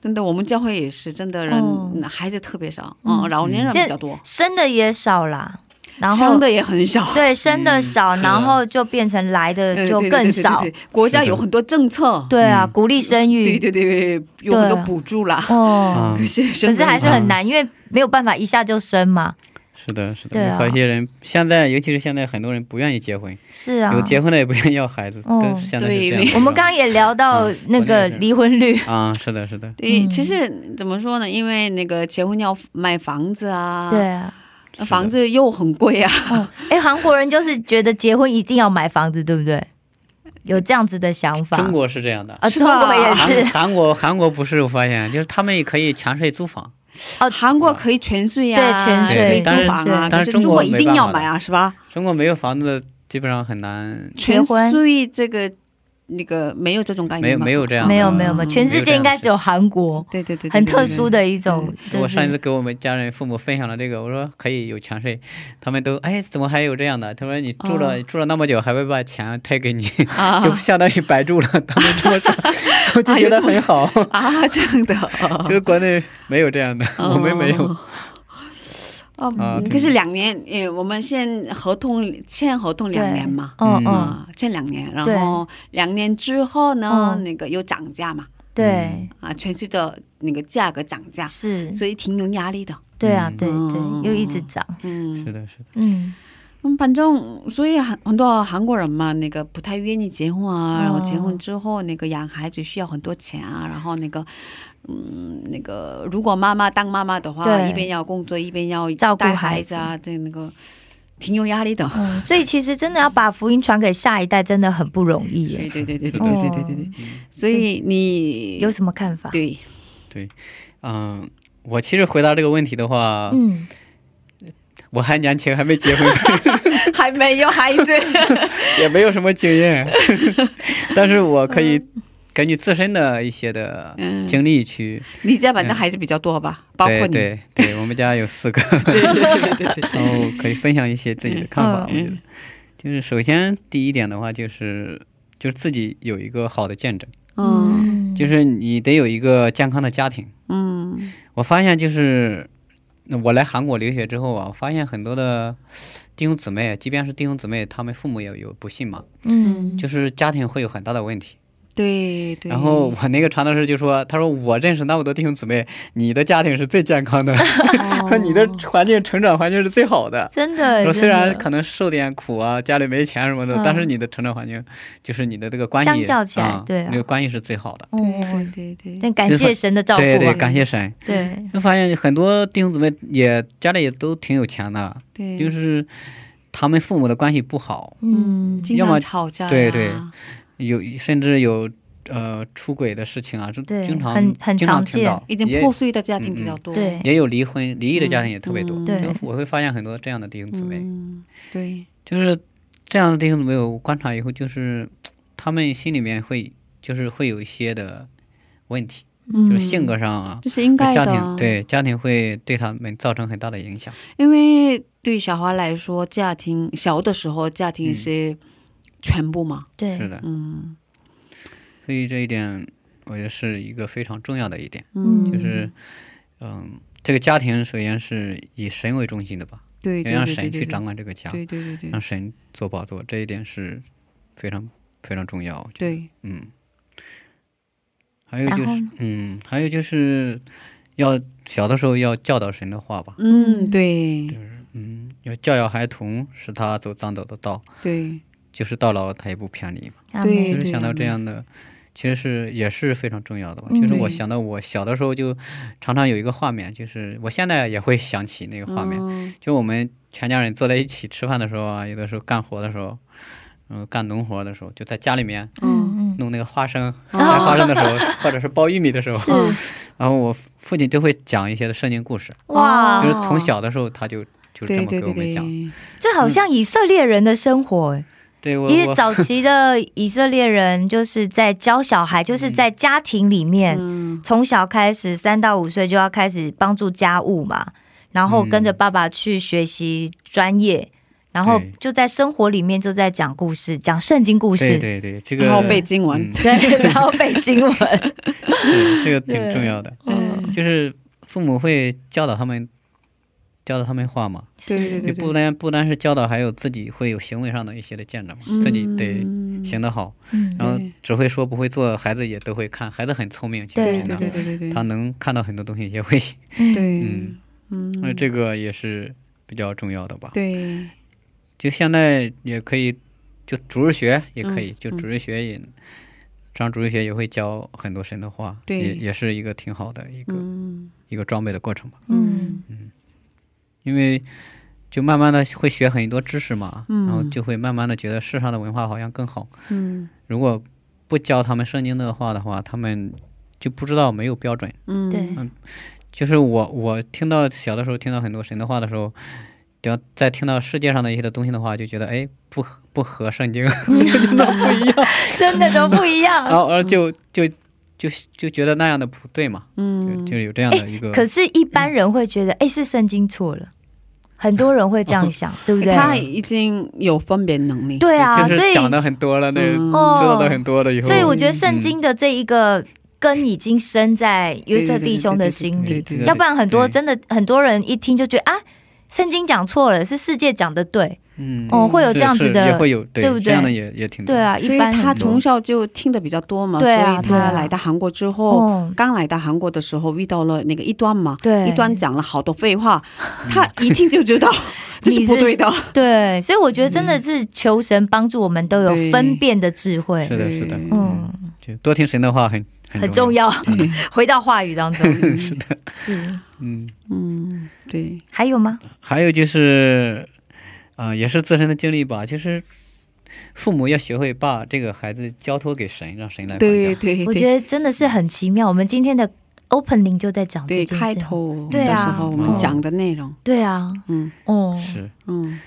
Speaker 7: 真的，我们教会也是，真的人、
Speaker 8: 哦
Speaker 7: 嗯孩子特别少，嗯，老年人
Speaker 8: 这
Speaker 7: 比较多，
Speaker 8: 生的也少啦，然
Speaker 7: 生
Speaker 8: 后
Speaker 7: 的也很少。
Speaker 8: 对生的少，
Speaker 9: 是的
Speaker 8: 然后就变成来
Speaker 7: 呃
Speaker 8: 的
Speaker 7: 对
Speaker 8: 就
Speaker 7: 对对
Speaker 8: 更
Speaker 7: 对对
Speaker 8: 少
Speaker 7: 对。对国家有很多政策，
Speaker 8: 对啊，鼓励生
Speaker 7: 对
Speaker 8: 育，
Speaker 7: 对对，有很多补助啦。
Speaker 8: 哦，
Speaker 9: 啊
Speaker 7: 可，是生的
Speaker 8: 可
Speaker 7: 嗯
Speaker 8: 是还是
Speaker 7: 少
Speaker 8: 很难，因为没有办法一下就生嘛。
Speaker 9: 是的，是
Speaker 8: 对
Speaker 9: 的。
Speaker 8: 啊
Speaker 9: 有些人现在，尤其是现在，很多人不愿意结婚，
Speaker 8: 是啊
Speaker 9: 有，结婚的也不愿意要孩子，
Speaker 8: 哦
Speaker 9: 但是现在是
Speaker 7: 对
Speaker 9: 这样的。
Speaker 8: 我们刚刚也聊到
Speaker 9: 嗯
Speaker 8: 那
Speaker 9: 国内
Speaker 8: 个
Speaker 9: 也是
Speaker 8: 离婚率，
Speaker 9: 啊，是的，是的，
Speaker 7: 对，
Speaker 8: 嗯
Speaker 7: 其实怎么说呢？因为那个结婚要买房子啊，
Speaker 8: 对，啊。
Speaker 9: 是的
Speaker 7: 房子又很贵啊，
Speaker 8: 哎，韩国人就是觉得结婚一定要买房子，对不对？有这样子的想法。
Speaker 9: 中国是这样的。
Speaker 8: 啊，
Speaker 7: 是
Speaker 8: 中
Speaker 7: 吧
Speaker 8: 国也
Speaker 9: 韩
Speaker 8: 是
Speaker 9: 韩国韩国不是，我发现就是他们也可以强税租房，
Speaker 8: 哦
Speaker 7: 韩国可以全税呀、
Speaker 8: 对全税
Speaker 7: 可以
Speaker 9: 对但是
Speaker 7: 租房啊，可
Speaker 9: 但是
Speaker 7: 是
Speaker 9: 中
Speaker 7: 中
Speaker 9: 国
Speaker 7: 国一定要
Speaker 9: 没办法
Speaker 7: 买啊，是吧？
Speaker 9: 中国没有房子基本上很难，
Speaker 8: 结
Speaker 7: 全
Speaker 8: 婚
Speaker 7: 税这个那个没有这种概
Speaker 9: 没
Speaker 7: 念
Speaker 9: 有
Speaker 7: 吗
Speaker 9: 没有这样的。
Speaker 8: 没有没有没
Speaker 7: 嗯
Speaker 8: 有，全世界应该只有韩国，
Speaker 7: 对对嗯对对，
Speaker 8: 很
Speaker 7: 对
Speaker 8: 特殊。的一种，就
Speaker 9: 我上一次
Speaker 8: 是
Speaker 9: 给我们家人父母分享了这个，我说可以有强税，他们都哎怎么还有这样的？他说你住了、住了那么久，还会把钱退给你， (laughs) 就相当于白住了。他们这么说， (laughs) 我就觉得很好。
Speaker 7: 对啊， (laughs) 这样
Speaker 9: (laughs)
Speaker 7: 的
Speaker 9: 就是国内没有这样的， (laughs) 我们没有。
Speaker 7: 哦
Speaker 9: 啊，
Speaker 7: 可是两年，呃，我们现合同签合同两年嘛，
Speaker 8: 嗯
Speaker 9: 嗯
Speaker 8: 嗯，
Speaker 7: 啊，签两年，
Speaker 8: 对
Speaker 7: 然后两年之后呢，
Speaker 8: 嗯
Speaker 7: 那个有涨价嘛，
Speaker 8: 对，
Speaker 7: 啊，全税的那个价格涨价，
Speaker 8: 是，
Speaker 7: 嗯所以挺有压力的。
Speaker 8: 对啊，对
Speaker 7: 嗯
Speaker 8: 对，又一直涨，
Speaker 7: 嗯
Speaker 9: 是的，是的，
Speaker 8: 嗯，
Speaker 7: 嗯，反正所以很很多韩国人嘛，那个不太愿意结婚啊，
Speaker 8: 哦
Speaker 7: 然后结婚之后那个养孩子需要很多钱啊，然后那个，嗯，那个如果妈妈当妈妈的话，
Speaker 8: 对
Speaker 7: 一边要工作一边要
Speaker 8: 照顾
Speaker 7: 带
Speaker 8: 孩
Speaker 7: 孩
Speaker 8: 子
Speaker 7: 啊，对那个挺有压力
Speaker 8: (laughs)
Speaker 7: 的。
Speaker 8: 嗯所以其实真的要把福音传给下一代，真的很不容易
Speaker 7: 对
Speaker 8: 耶。
Speaker 7: 对对对对对
Speaker 9: 是
Speaker 7: 对
Speaker 9: 的
Speaker 7: 对对对，所以你
Speaker 8: 哦有什么看法？
Speaker 7: 对
Speaker 9: 嗯，我其实回答这个问题的话，
Speaker 8: 嗯，
Speaker 9: 我还年轻，还没结婚，
Speaker 7: 还没有孩子，
Speaker 9: 也没有什么经验， (laughs) 但是我可以根据自身的一些的经历去，
Speaker 7: 你家反正孩子比较多
Speaker 8: 嗯
Speaker 7: 吧，包括
Speaker 9: 对
Speaker 7: 你。
Speaker 9: 对对，我们家有四个，
Speaker 7: (laughs) 对对对对嗯
Speaker 9: 然后可以分享一些自己的看法。我觉得，就是首先第一点的话，就是就是自己有一个好的见证，
Speaker 7: 嗯
Speaker 8: 嗯，
Speaker 9: 就是你得有一个健康的家庭。
Speaker 7: 嗯
Speaker 9: 我发现就是那我来韩国留学之后啊，我发现很多的弟兄姊妹，啊即便是弟兄姊妹，他们父母也有不信嘛，
Speaker 8: 嗯，
Speaker 9: 就是家庭会有很大的问题。
Speaker 7: 对对。哦
Speaker 8: (laughs)
Speaker 9: 然后我那个传道师就说：“他说我认识那么多弟兄姊妹，你的家庭是最健康的，
Speaker 7: 哦
Speaker 9: (laughs) 你的环境成长环境是最好的。”
Speaker 8: 真的，
Speaker 9: 说虽然
Speaker 8: 呃真的
Speaker 9: 可能受点苦啊，家里没钱什么的，
Speaker 8: 嗯
Speaker 9: 但是你的成长环境就是你的这个关系，
Speaker 8: 相较起来
Speaker 9: 啊
Speaker 8: 对啊
Speaker 9: 那个关系是最好的。
Speaker 7: 对
Speaker 8: 哦，
Speaker 7: 对对对，
Speaker 8: 但感谢神的照顾啊，
Speaker 9: 对对，感谢神。
Speaker 8: 对，
Speaker 9: 就发现很多弟兄姊妹也家里也都挺有钱的，
Speaker 7: 对
Speaker 8: 嗯
Speaker 9: 就是他们父母的关系不好，
Speaker 7: 嗯，经
Speaker 9: 要
Speaker 7: 常
Speaker 9: 么
Speaker 7: 吵架呀，
Speaker 9: 对对有甚至有呃出轨的事情啊，就
Speaker 8: 对
Speaker 9: 经常
Speaker 8: 很很
Speaker 9: 经
Speaker 8: 常
Speaker 9: 常
Speaker 8: 见
Speaker 9: 听到，
Speaker 7: 已经
Speaker 9: 也嗯
Speaker 7: 破碎的家庭比较多。
Speaker 8: 对，
Speaker 9: 也有离婚离异的家庭也特别多。
Speaker 7: 嗯嗯
Speaker 8: 对
Speaker 9: 就我会发现很多这样的弟兄姊妹。
Speaker 7: 嗯，对，
Speaker 9: 就是这样的弟兄姊妹，我观察以后，就是他们心里面会就是会有一些的问题，就是性格上
Speaker 7: 嗯
Speaker 9: 啊，
Speaker 7: 这是应该
Speaker 9: 家
Speaker 7: 的。
Speaker 9: 庭，对家庭会对他们造成很大的影响。
Speaker 7: 因为对小孩来说，家庭小的时候，家庭是
Speaker 9: 嗯
Speaker 7: 全部嘛。
Speaker 8: 对，
Speaker 9: 是的，
Speaker 7: 嗯
Speaker 9: 所以这一点我觉得是一个非常重要的一点，
Speaker 7: 嗯，
Speaker 9: 就是嗯，这个家庭首先是以神为中心的吧，
Speaker 7: 对，
Speaker 9: 要
Speaker 7: 对
Speaker 9: 让
Speaker 7: 对
Speaker 9: 神
Speaker 7: 对对
Speaker 9: 去掌管这个家，
Speaker 7: 对对对
Speaker 9: 让
Speaker 7: 对
Speaker 9: 神做宝座，这一点是非常非常重要。我觉得
Speaker 7: 对，
Speaker 9: 嗯，还有就
Speaker 8: 然后
Speaker 9: 是
Speaker 8: 呢，
Speaker 9: 嗯，还有就是要小的时候要教导神的话吧，
Speaker 7: 嗯对
Speaker 9: 嗯，要教养孩童，使他走当走的道，
Speaker 7: 对
Speaker 9: 就是到老他也不偏离嘛。
Speaker 8: 阿
Speaker 7: 对
Speaker 8: 门
Speaker 9: 就是想到
Speaker 7: 阿门
Speaker 9: 这样的，其实是也是非常重要的吧。
Speaker 8: 嗯
Speaker 9: 其实我想到我小的时候就常常有一个画面，就是我现在也会想起那个画面，
Speaker 7: 嗯
Speaker 9: 就我们全家人坐在一起吃饭的时候啊，有的时候干活的时候。嗯，干农活的时候，就在家里面
Speaker 7: 嗯
Speaker 8: 嗯嗯，
Speaker 9: 弄那个花生，摘花生的时候，或者是剥玉米的时候，
Speaker 7: 嗯
Speaker 9: 然后我父亲就会讲一些的圣经故事，
Speaker 8: 哇，
Speaker 9: 就是从小的时候他就
Speaker 7: 哦
Speaker 9: 就这
Speaker 7: 对
Speaker 9: 么
Speaker 7: 对
Speaker 9: 给我
Speaker 7: 对
Speaker 9: 们讲。
Speaker 7: 对，
Speaker 8: 这好像以色列人的生活哎。
Speaker 9: 对我
Speaker 8: 因为
Speaker 9: 我
Speaker 8: 早期的以色列人就是在教小孩，就是在家庭里面，
Speaker 7: 嗯
Speaker 8: 从小开始三到五岁就要开始帮助家务嘛，然后跟着爸爸去学习专业，然后
Speaker 9: 对
Speaker 8: 就在生活里面就在讲故事，讲圣经故
Speaker 9: 对
Speaker 8: 事，
Speaker 9: 对对，这个
Speaker 7: 然后背经文
Speaker 9: 嗯，
Speaker 8: (laughs) 对，然后背经文，
Speaker 7: (laughs)
Speaker 9: 对这个挺重要的，
Speaker 8: 嗯，
Speaker 9: 就是父母会教导他们。教导他们话嘛，
Speaker 7: 对对
Speaker 9: 也
Speaker 7: 对
Speaker 9: 不
Speaker 7: 对，
Speaker 9: 单不单是教导，还有自己会有行为上的一些的见证嘛，自己得
Speaker 7: 嗯
Speaker 9: 行得好，
Speaker 8: 嗯
Speaker 9: 然后
Speaker 7: 对
Speaker 9: 只会说不会做，孩子也都会看，孩子很聪明，其实
Speaker 8: 对
Speaker 7: 对
Speaker 9: 真
Speaker 7: 对
Speaker 9: 的，
Speaker 7: 对对对对，
Speaker 9: 他能看到很多东西，也会，
Speaker 7: 对
Speaker 9: 嗯
Speaker 7: 嗯
Speaker 9: 那这个也是比较重要的吧。嗯
Speaker 7: 对
Speaker 9: 就现在也可以，就主日学也可以，
Speaker 7: 嗯
Speaker 9: 就主日学也上主日学也会教很多神的话，
Speaker 7: 对
Speaker 9: 也也是一个挺好的一个、
Speaker 7: 嗯
Speaker 9: 一个装备的过程吧。
Speaker 8: 嗯
Speaker 7: 嗯
Speaker 9: 因为就慢慢的会学很多知识嘛，
Speaker 7: 嗯
Speaker 9: 然后就会慢慢的觉得世上的文化好像更好。
Speaker 7: 嗯
Speaker 9: 如果不教他们圣经的话的话，他们就不知道没有标准。
Speaker 7: 嗯
Speaker 8: 对，
Speaker 9: 就是我我听到小的时候听到很多神的话的时候，只要再听到世界上的一些的东西的话，就觉得哎不合不合圣经，
Speaker 7: 啊
Speaker 8: 真的都不一
Speaker 9: 然
Speaker 8: 样。
Speaker 9: 后
Speaker 7: 嗯
Speaker 9: 而就就就就觉得那样的不对嘛，就
Speaker 7: 嗯
Speaker 9: 就有这样的一个，
Speaker 8: 哎可是，一般人会觉得，哎，是圣经错了，很多人会这样想，对不对？
Speaker 7: (laughs) 他已经有分辨能力，
Speaker 8: 对啊，
Speaker 9: 就
Speaker 8: 所以
Speaker 9: 是讲的很多了，那个
Speaker 7: 嗯
Speaker 8: 哦
Speaker 9: 知道的很多了以后，嗯
Speaker 8: 所以我觉得圣经的这一个根已经深在约瑟弟兄的心
Speaker 7: 对对
Speaker 8: 里，
Speaker 7: 对对对对对
Speaker 8: 要不然很多
Speaker 9: 对
Speaker 8: 真的很多人一听就觉得啊，圣经讲错了，是世界讲的对，
Speaker 9: 嗯
Speaker 8: 哦会有这样子的
Speaker 9: 是是也会有对
Speaker 8: 对不对
Speaker 9: 这样的也也挺多
Speaker 8: 对，啊，
Speaker 7: 所
Speaker 8: 一
Speaker 7: 以
Speaker 8: 般
Speaker 7: 他
Speaker 8: 很多
Speaker 7: 从小就听的比较多嘛，
Speaker 8: 对
Speaker 7: 所
Speaker 8: 啊
Speaker 7: 以
Speaker 8: 对
Speaker 7: 他
Speaker 8: 啊
Speaker 7: 来到韩国之后，
Speaker 8: 哦，
Speaker 7: 刚来到韩国的时候遇到了那个异端嘛，
Speaker 8: 对
Speaker 7: 异端讲了好多废话，
Speaker 9: 嗯
Speaker 7: 他一听就
Speaker 8: (laughs)
Speaker 7: 知道这是不对的，
Speaker 8: 对，所以我觉得真的是求神帮助我们都有
Speaker 7: 对
Speaker 8: 分辨的智慧
Speaker 9: 是，的是的，
Speaker 7: 对
Speaker 8: 嗯，
Speaker 9: 就多听神的话很
Speaker 8: 很重，要。 (laughs) 回到话语当中，
Speaker 9: 是的，
Speaker 8: 是
Speaker 9: 嗯，
Speaker 7: 嗯，对，
Speaker 8: 还有吗？
Speaker 9: 还有就是，啊、也是自身的经历吧，就是。父母要学会把这个孩子交托给神，让神来管
Speaker 7: 对
Speaker 9: 教。
Speaker 7: 对
Speaker 8: 我
Speaker 7: 对，
Speaker 8: 觉得真的是很奇妙。我们今天的 opening 就在讲这
Speaker 7: 对，
Speaker 8: 件事，
Speaker 7: 开头
Speaker 8: 对
Speaker 7: 的
Speaker 8: 啊
Speaker 7: 时候我们讲的内容，
Speaker 8: 对啊，
Speaker 7: 嗯
Speaker 8: 哦，
Speaker 9: 是
Speaker 7: 嗯，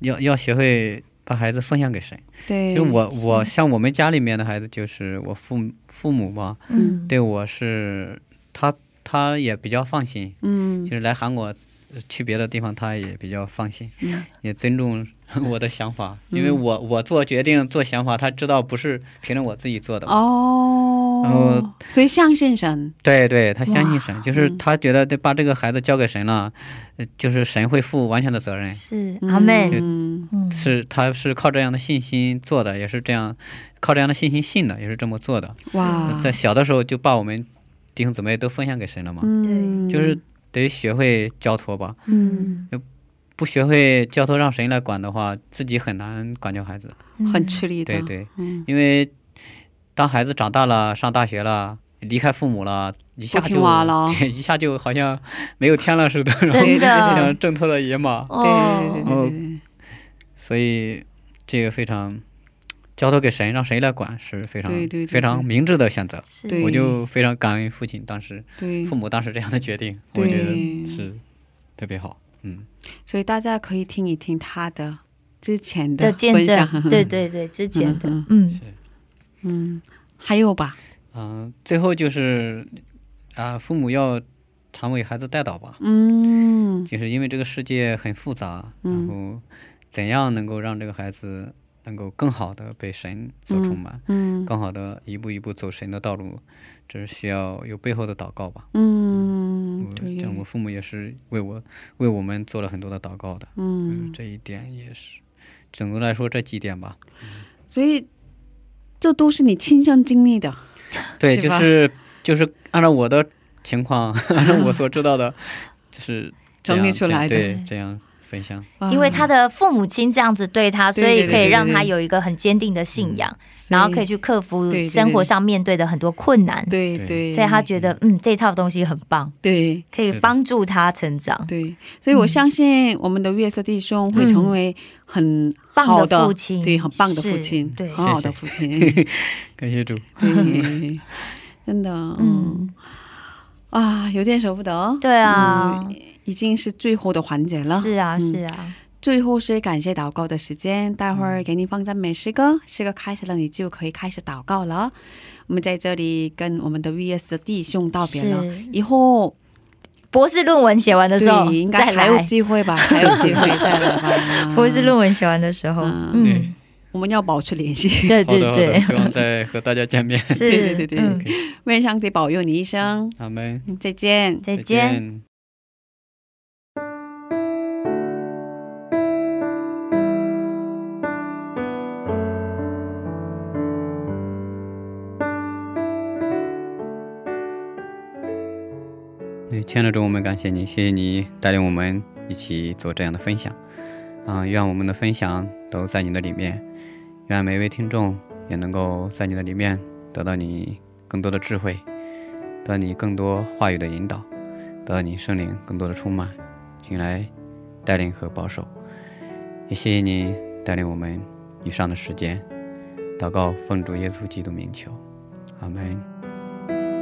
Speaker 9: 要要学会把孩子分享给神。
Speaker 7: 对，
Speaker 9: 就我我像我们家里面的孩子，就是我父母父母吧，
Speaker 8: 嗯，
Speaker 9: 对我是他他也比较放心，
Speaker 7: 嗯
Speaker 9: 就是来韩国呃去别的地方他也比较放心，
Speaker 7: 嗯
Speaker 9: 也尊重我的想法，因为我我做决定做想法，他知道不是凭着我自己做的，然
Speaker 7: 哦
Speaker 9: 后，
Speaker 7: 所以相信神，
Speaker 9: 对对，他相信神，就是
Speaker 7: 嗯
Speaker 9: 他觉得得把这个孩子交给神了，呃就是神会负完全的责任，
Speaker 8: 是阿妹，
Speaker 7: 嗯
Speaker 8: 嗯，
Speaker 9: 是他是靠这样的信心做的，也是这样靠这样的信心信的，也是这么做的。
Speaker 7: 哇，
Speaker 9: 在小的时候就把我们弟兄姊妹都分享给神了嘛，
Speaker 7: 嗯，
Speaker 9: 就是得学会交托吧，
Speaker 7: 嗯，
Speaker 9: 不学会交托让神来管的话，自己很难管教孩子。
Speaker 8: 嗯
Speaker 7: 很吃力的，
Speaker 9: 对，对，
Speaker 7: 嗯，
Speaker 9: 因为当孩子长大了，上大学了。离开父母了，一下
Speaker 7: 不听
Speaker 9: 就
Speaker 7: 话了
Speaker 9: (laughs) 对，一下就好像没有天了似的，然后
Speaker 8: 真的
Speaker 7: 嗯
Speaker 9: 像挣脱了野马，
Speaker 7: 对对
Speaker 8: 哦，
Speaker 7: 对对对，
Speaker 9: 所以这个非常交托给神，让神来管是非常
Speaker 7: 对对对
Speaker 9: 非常明智的选择。
Speaker 8: 是
Speaker 7: 对
Speaker 9: 我就非常感恩父亲当时
Speaker 7: 对
Speaker 9: 父母当时这样的决定，
Speaker 7: 对
Speaker 9: 我觉得是特别好。嗯，
Speaker 7: 所以大家可以听一听他的之前
Speaker 8: 的见
Speaker 7: 分享，
Speaker 8: 证，对对对，之前的
Speaker 7: 嗯，
Speaker 8: 嗯，
Speaker 7: 嗯， (laughs) 还有吧，
Speaker 9: 啊、最后就是啊、父母要常为孩子带导吧，
Speaker 7: 嗯
Speaker 9: 就是因为这个世界很复杂，然后怎样能够让这个孩子能够更好的被神所充满，
Speaker 7: 嗯
Speaker 9: 更好的一步一步走神的道路，这是需要有背后的祷告吧。
Speaker 7: 嗯，
Speaker 9: 我
Speaker 7: 对，
Speaker 9: 像我父母也是为我为我们做了很多的祷告的，
Speaker 7: 嗯
Speaker 9: 嗯，。这一点也是。总的来说，这几点吧，
Speaker 7: 所以这都是你亲身经历的，
Speaker 9: 对，
Speaker 7: 是
Speaker 9: 就
Speaker 7: 吧
Speaker 9: 是就是按照我的情况， (laughs) 按照我所知道的，就是这
Speaker 7: 整理
Speaker 9: 样
Speaker 7: 出
Speaker 9: 这样
Speaker 7: 来的
Speaker 9: 对，这样分享。
Speaker 8: 因为他的父母亲这样子对他，
Speaker 7: 嗯对
Speaker 8: 所以
Speaker 7: 对
Speaker 8: 可以
Speaker 7: 对
Speaker 8: 让
Speaker 7: 对
Speaker 8: 他
Speaker 7: 对
Speaker 8: 有一个很坚定的信仰，
Speaker 7: 所
Speaker 8: 然后可以去克服
Speaker 7: 对对
Speaker 8: 生活上面对的很多困难，
Speaker 7: 对
Speaker 9: 对
Speaker 7: 对，
Speaker 8: 所以他觉得嗯，这套东西很棒，
Speaker 7: 对
Speaker 8: 可以
Speaker 9: 是的
Speaker 8: 帮助他成长，
Speaker 7: 对，所以
Speaker 8: 嗯
Speaker 7: 我相信我们的月色弟兄会成为很
Speaker 8: 棒
Speaker 7: 好
Speaker 8: 的父亲
Speaker 7: 对，很棒的
Speaker 8: 是
Speaker 7: 父亲，
Speaker 8: 对
Speaker 7: 很好的父
Speaker 8: (laughs)
Speaker 7: 亲，
Speaker 9: 感谢主，
Speaker 7: 对，
Speaker 8: (laughs)
Speaker 7: 真的，嗯。啊，有点舍不得，
Speaker 8: 对啊，
Speaker 7: 已经是最后的环节了。
Speaker 8: 是啊，
Speaker 7: 嗯
Speaker 8: 是啊，
Speaker 7: 最后是感谢祷告的时间，待会
Speaker 8: 嗯
Speaker 7: 儿给你放赞美诗歌，诗歌开始了，你就可以开始祷告了。我们在这里跟我们的 VS 的弟兄道别了
Speaker 8: 是，
Speaker 7: 以后
Speaker 8: 博士论文写完的时候
Speaker 7: 对应
Speaker 8: 再
Speaker 7: 该还有
Speaker 8: 来，
Speaker 7: 机会吧，还有机会再来
Speaker 8: (laughs)
Speaker 7: 吧。
Speaker 8: 博士论文写完的时候，嗯，
Speaker 7: 我们要保持联系，
Speaker 8: 对
Speaker 9: 好
Speaker 8: 对
Speaker 9: 的好的，
Speaker 8: 对，
Speaker 9: 希望再和大家见面。 (laughs)
Speaker 8: 是，
Speaker 7: (laughs) 对对对
Speaker 8: 嗯
Speaker 7: 愿上帝保佑你一生，
Speaker 9: 阿门，
Speaker 7: 再见。
Speaker 8: 再见。
Speaker 9: 对，亲爱的主，我们感谢你，谢谢你带领我们一起做这样的分享，啊、愿我们的分享都在你的里面，愿每位听众也能够在你的里面得到你更多的智慧，得到你更多话语的引导，得到你圣灵更多的充满，请来带领和保守。也谢谢你带领我们以上的时间，祷告奉主耶稣基督名求，阿门。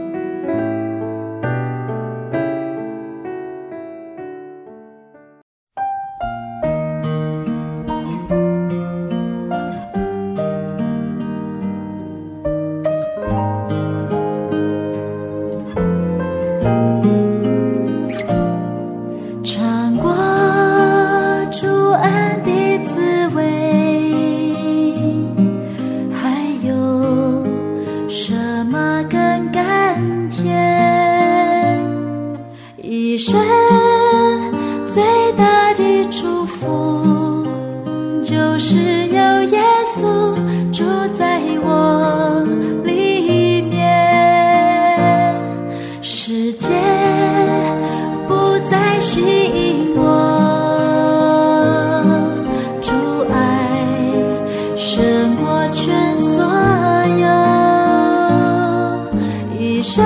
Speaker 1: 尝过主恩的滋味，还有什么更甘甜？一生最大的祝福，就是有耶稣住在我里面，世界不再吸引我，主爱胜过全所有，一生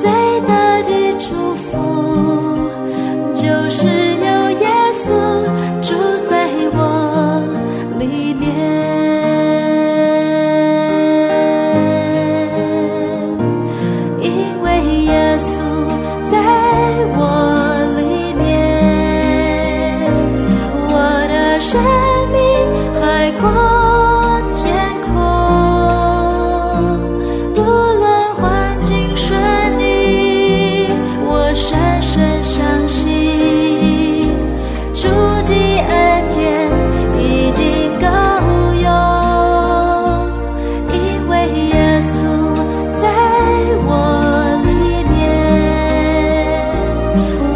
Speaker 1: 最大的祝福。就是有耶稣住在我里面。因为生命海阔天空，不论环境顺逆，我深深相信，主的恩典一定够用，因为耶稣在我里面，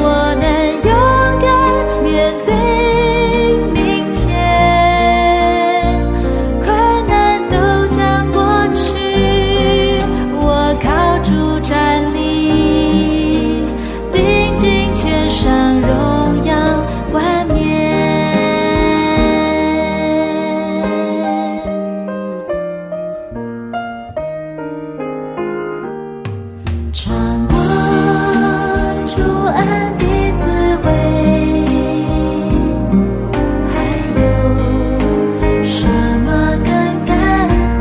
Speaker 1: 我能勇敢面对明天，困难都将过去，我靠主站立，定睛天上荣耀冠冕。尝过主恩的滋味，还有什么更甘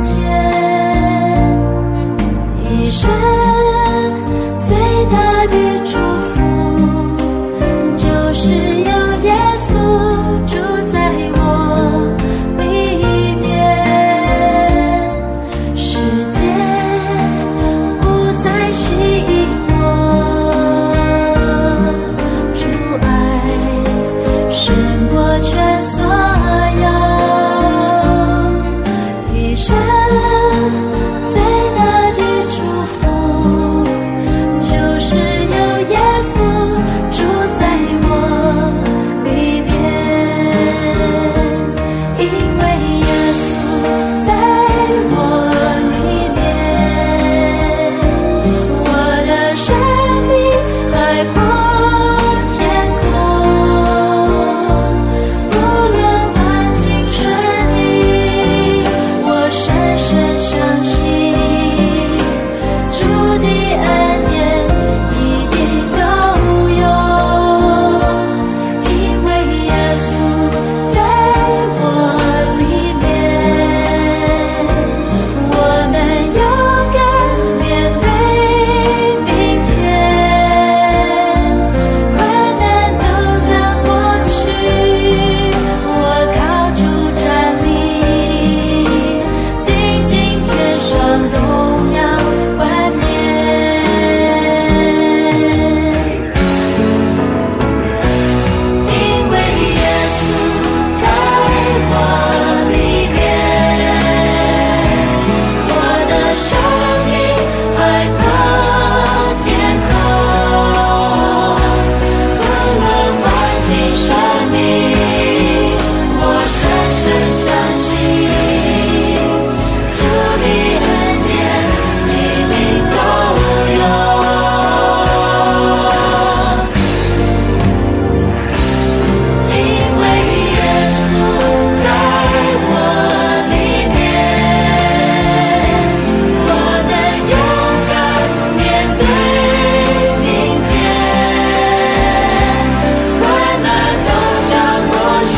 Speaker 1: 甜？一生最大的祝福，就是有耶稣住在我里面，世界。不再吸引我，主爱胜过全所有，一生最大的祝福就是有耶稣住在我里面。因为耶稣在我里面，我的生命海阔天空，不论环境顺逆，我深深相信，主的恩典一定够用，因为耶稣。在我里面，我能勇敢面对明天，困难都将过去，我靠主站立，定睛天上荣耀冠冕。因为耶稣在我里面，我的生命海阔天空，无论环境顺逆，我深深相信，主的恩典一定够用。因为耶稣在我里面，我能勇敢面对明天，困难都将过去，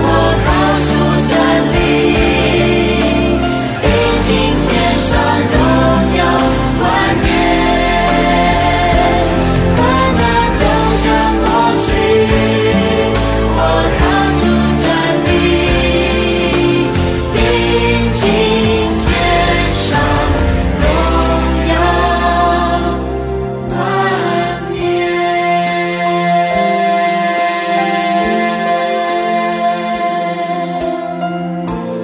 Speaker 1: 我靠主站立，定睛天上荣耀冠冕。困难都将过去，我靠住站立，定睛天上荣耀冠冕。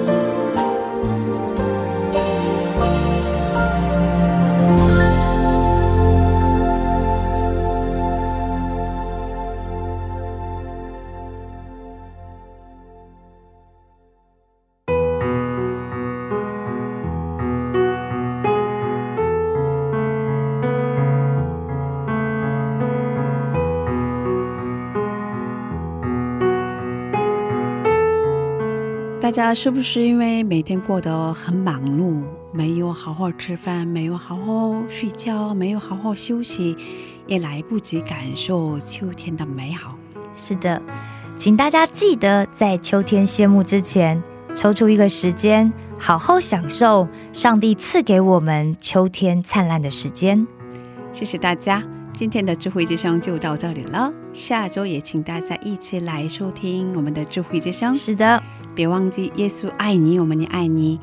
Speaker 7: 大家是不是因为每天过得很忙碌，没有好好吃饭，没有好好睡觉，没有好好休息，也来不及感受秋天的美好？
Speaker 8: 是的，请大家记得在秋天谢幕之前，抽出一个时间，好好享受上帝赐给我们秋天灿烂的时间。
Speaker 7: 谢谢大家，今天的智慧之声就到这里了，下周也请大家一起来收听我们的智慧之声。
Speaker 8: 是的，
Speaker 7: 别忘记，耶稣爱你，我们也爱你。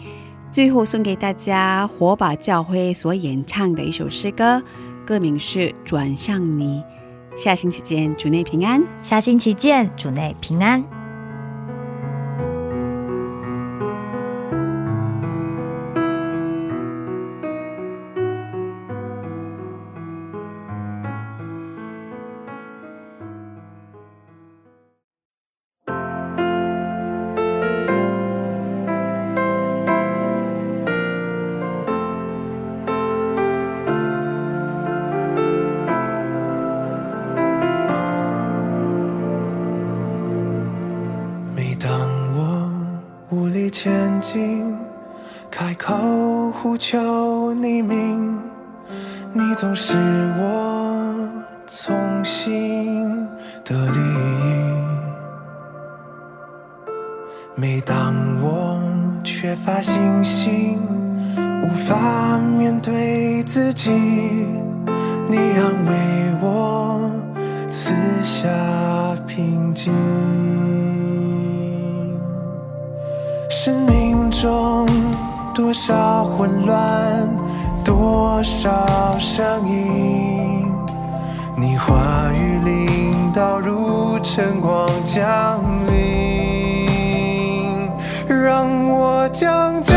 Speaker 7: 最后送给大家火把教会所演唱的一首诗歌，歌名是《转向你》。下星期见，主内平安。
Speaker 8: 下星期见，主内平安。
Speaker 4: 每当我无力前进，开口呼求你名，你总是我从心的利益。每当我缺乏信心，无法面对自己，你安慰我，赐下平静。生命中多少混乱，多少声音，你话语领导如晨光降临，让我将焦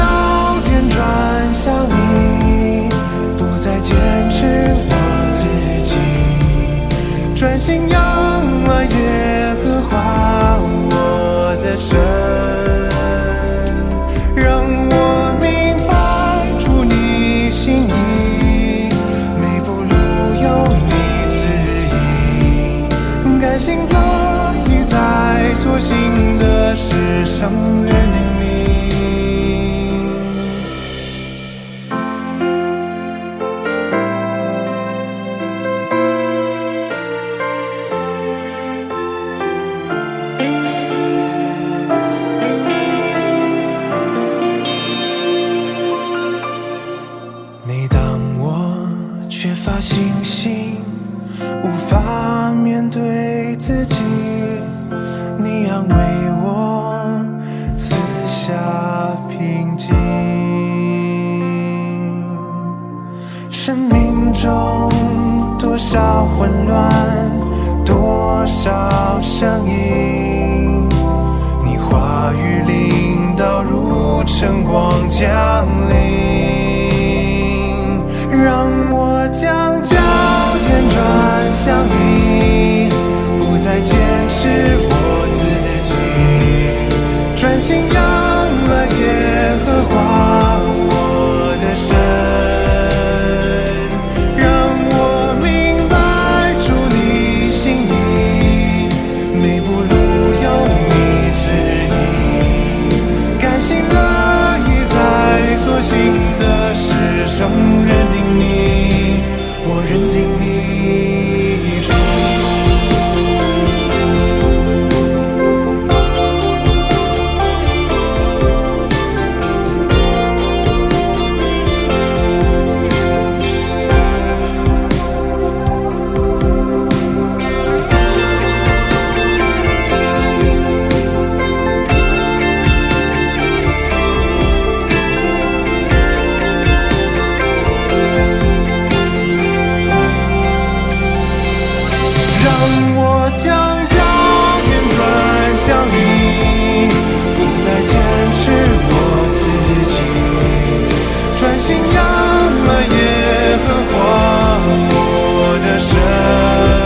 Speaker 4: 点转向你，不再坚持我自己。专心仰望耶和华我的神，让我明白出你心意，每步路有你指引，甘心乐意在所幸的事上认命。每当我缺乏信心，无法面对自己，你安慰我，赐下平静。生命中多少混乱，多少声音，你话语领导如晨光降临，让我将焦点转向你，不再坚持我自己，专心仰了耶和华我的神。让我明白出你心意，每步路有你指引，甘心乐意在所幸的事上认定你，我认定你。主让我将焦点转向你，不再坚持我自己，专心仰了耶和华我的神。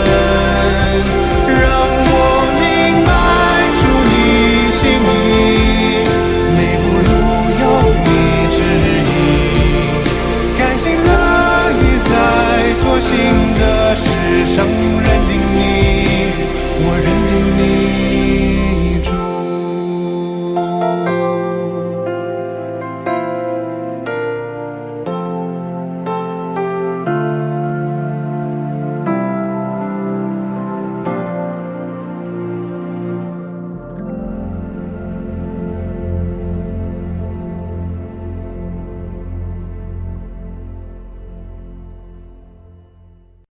Speaker 4: 让我明白出你心意，每步路有你指引。甘心乐意在所幸的事上认定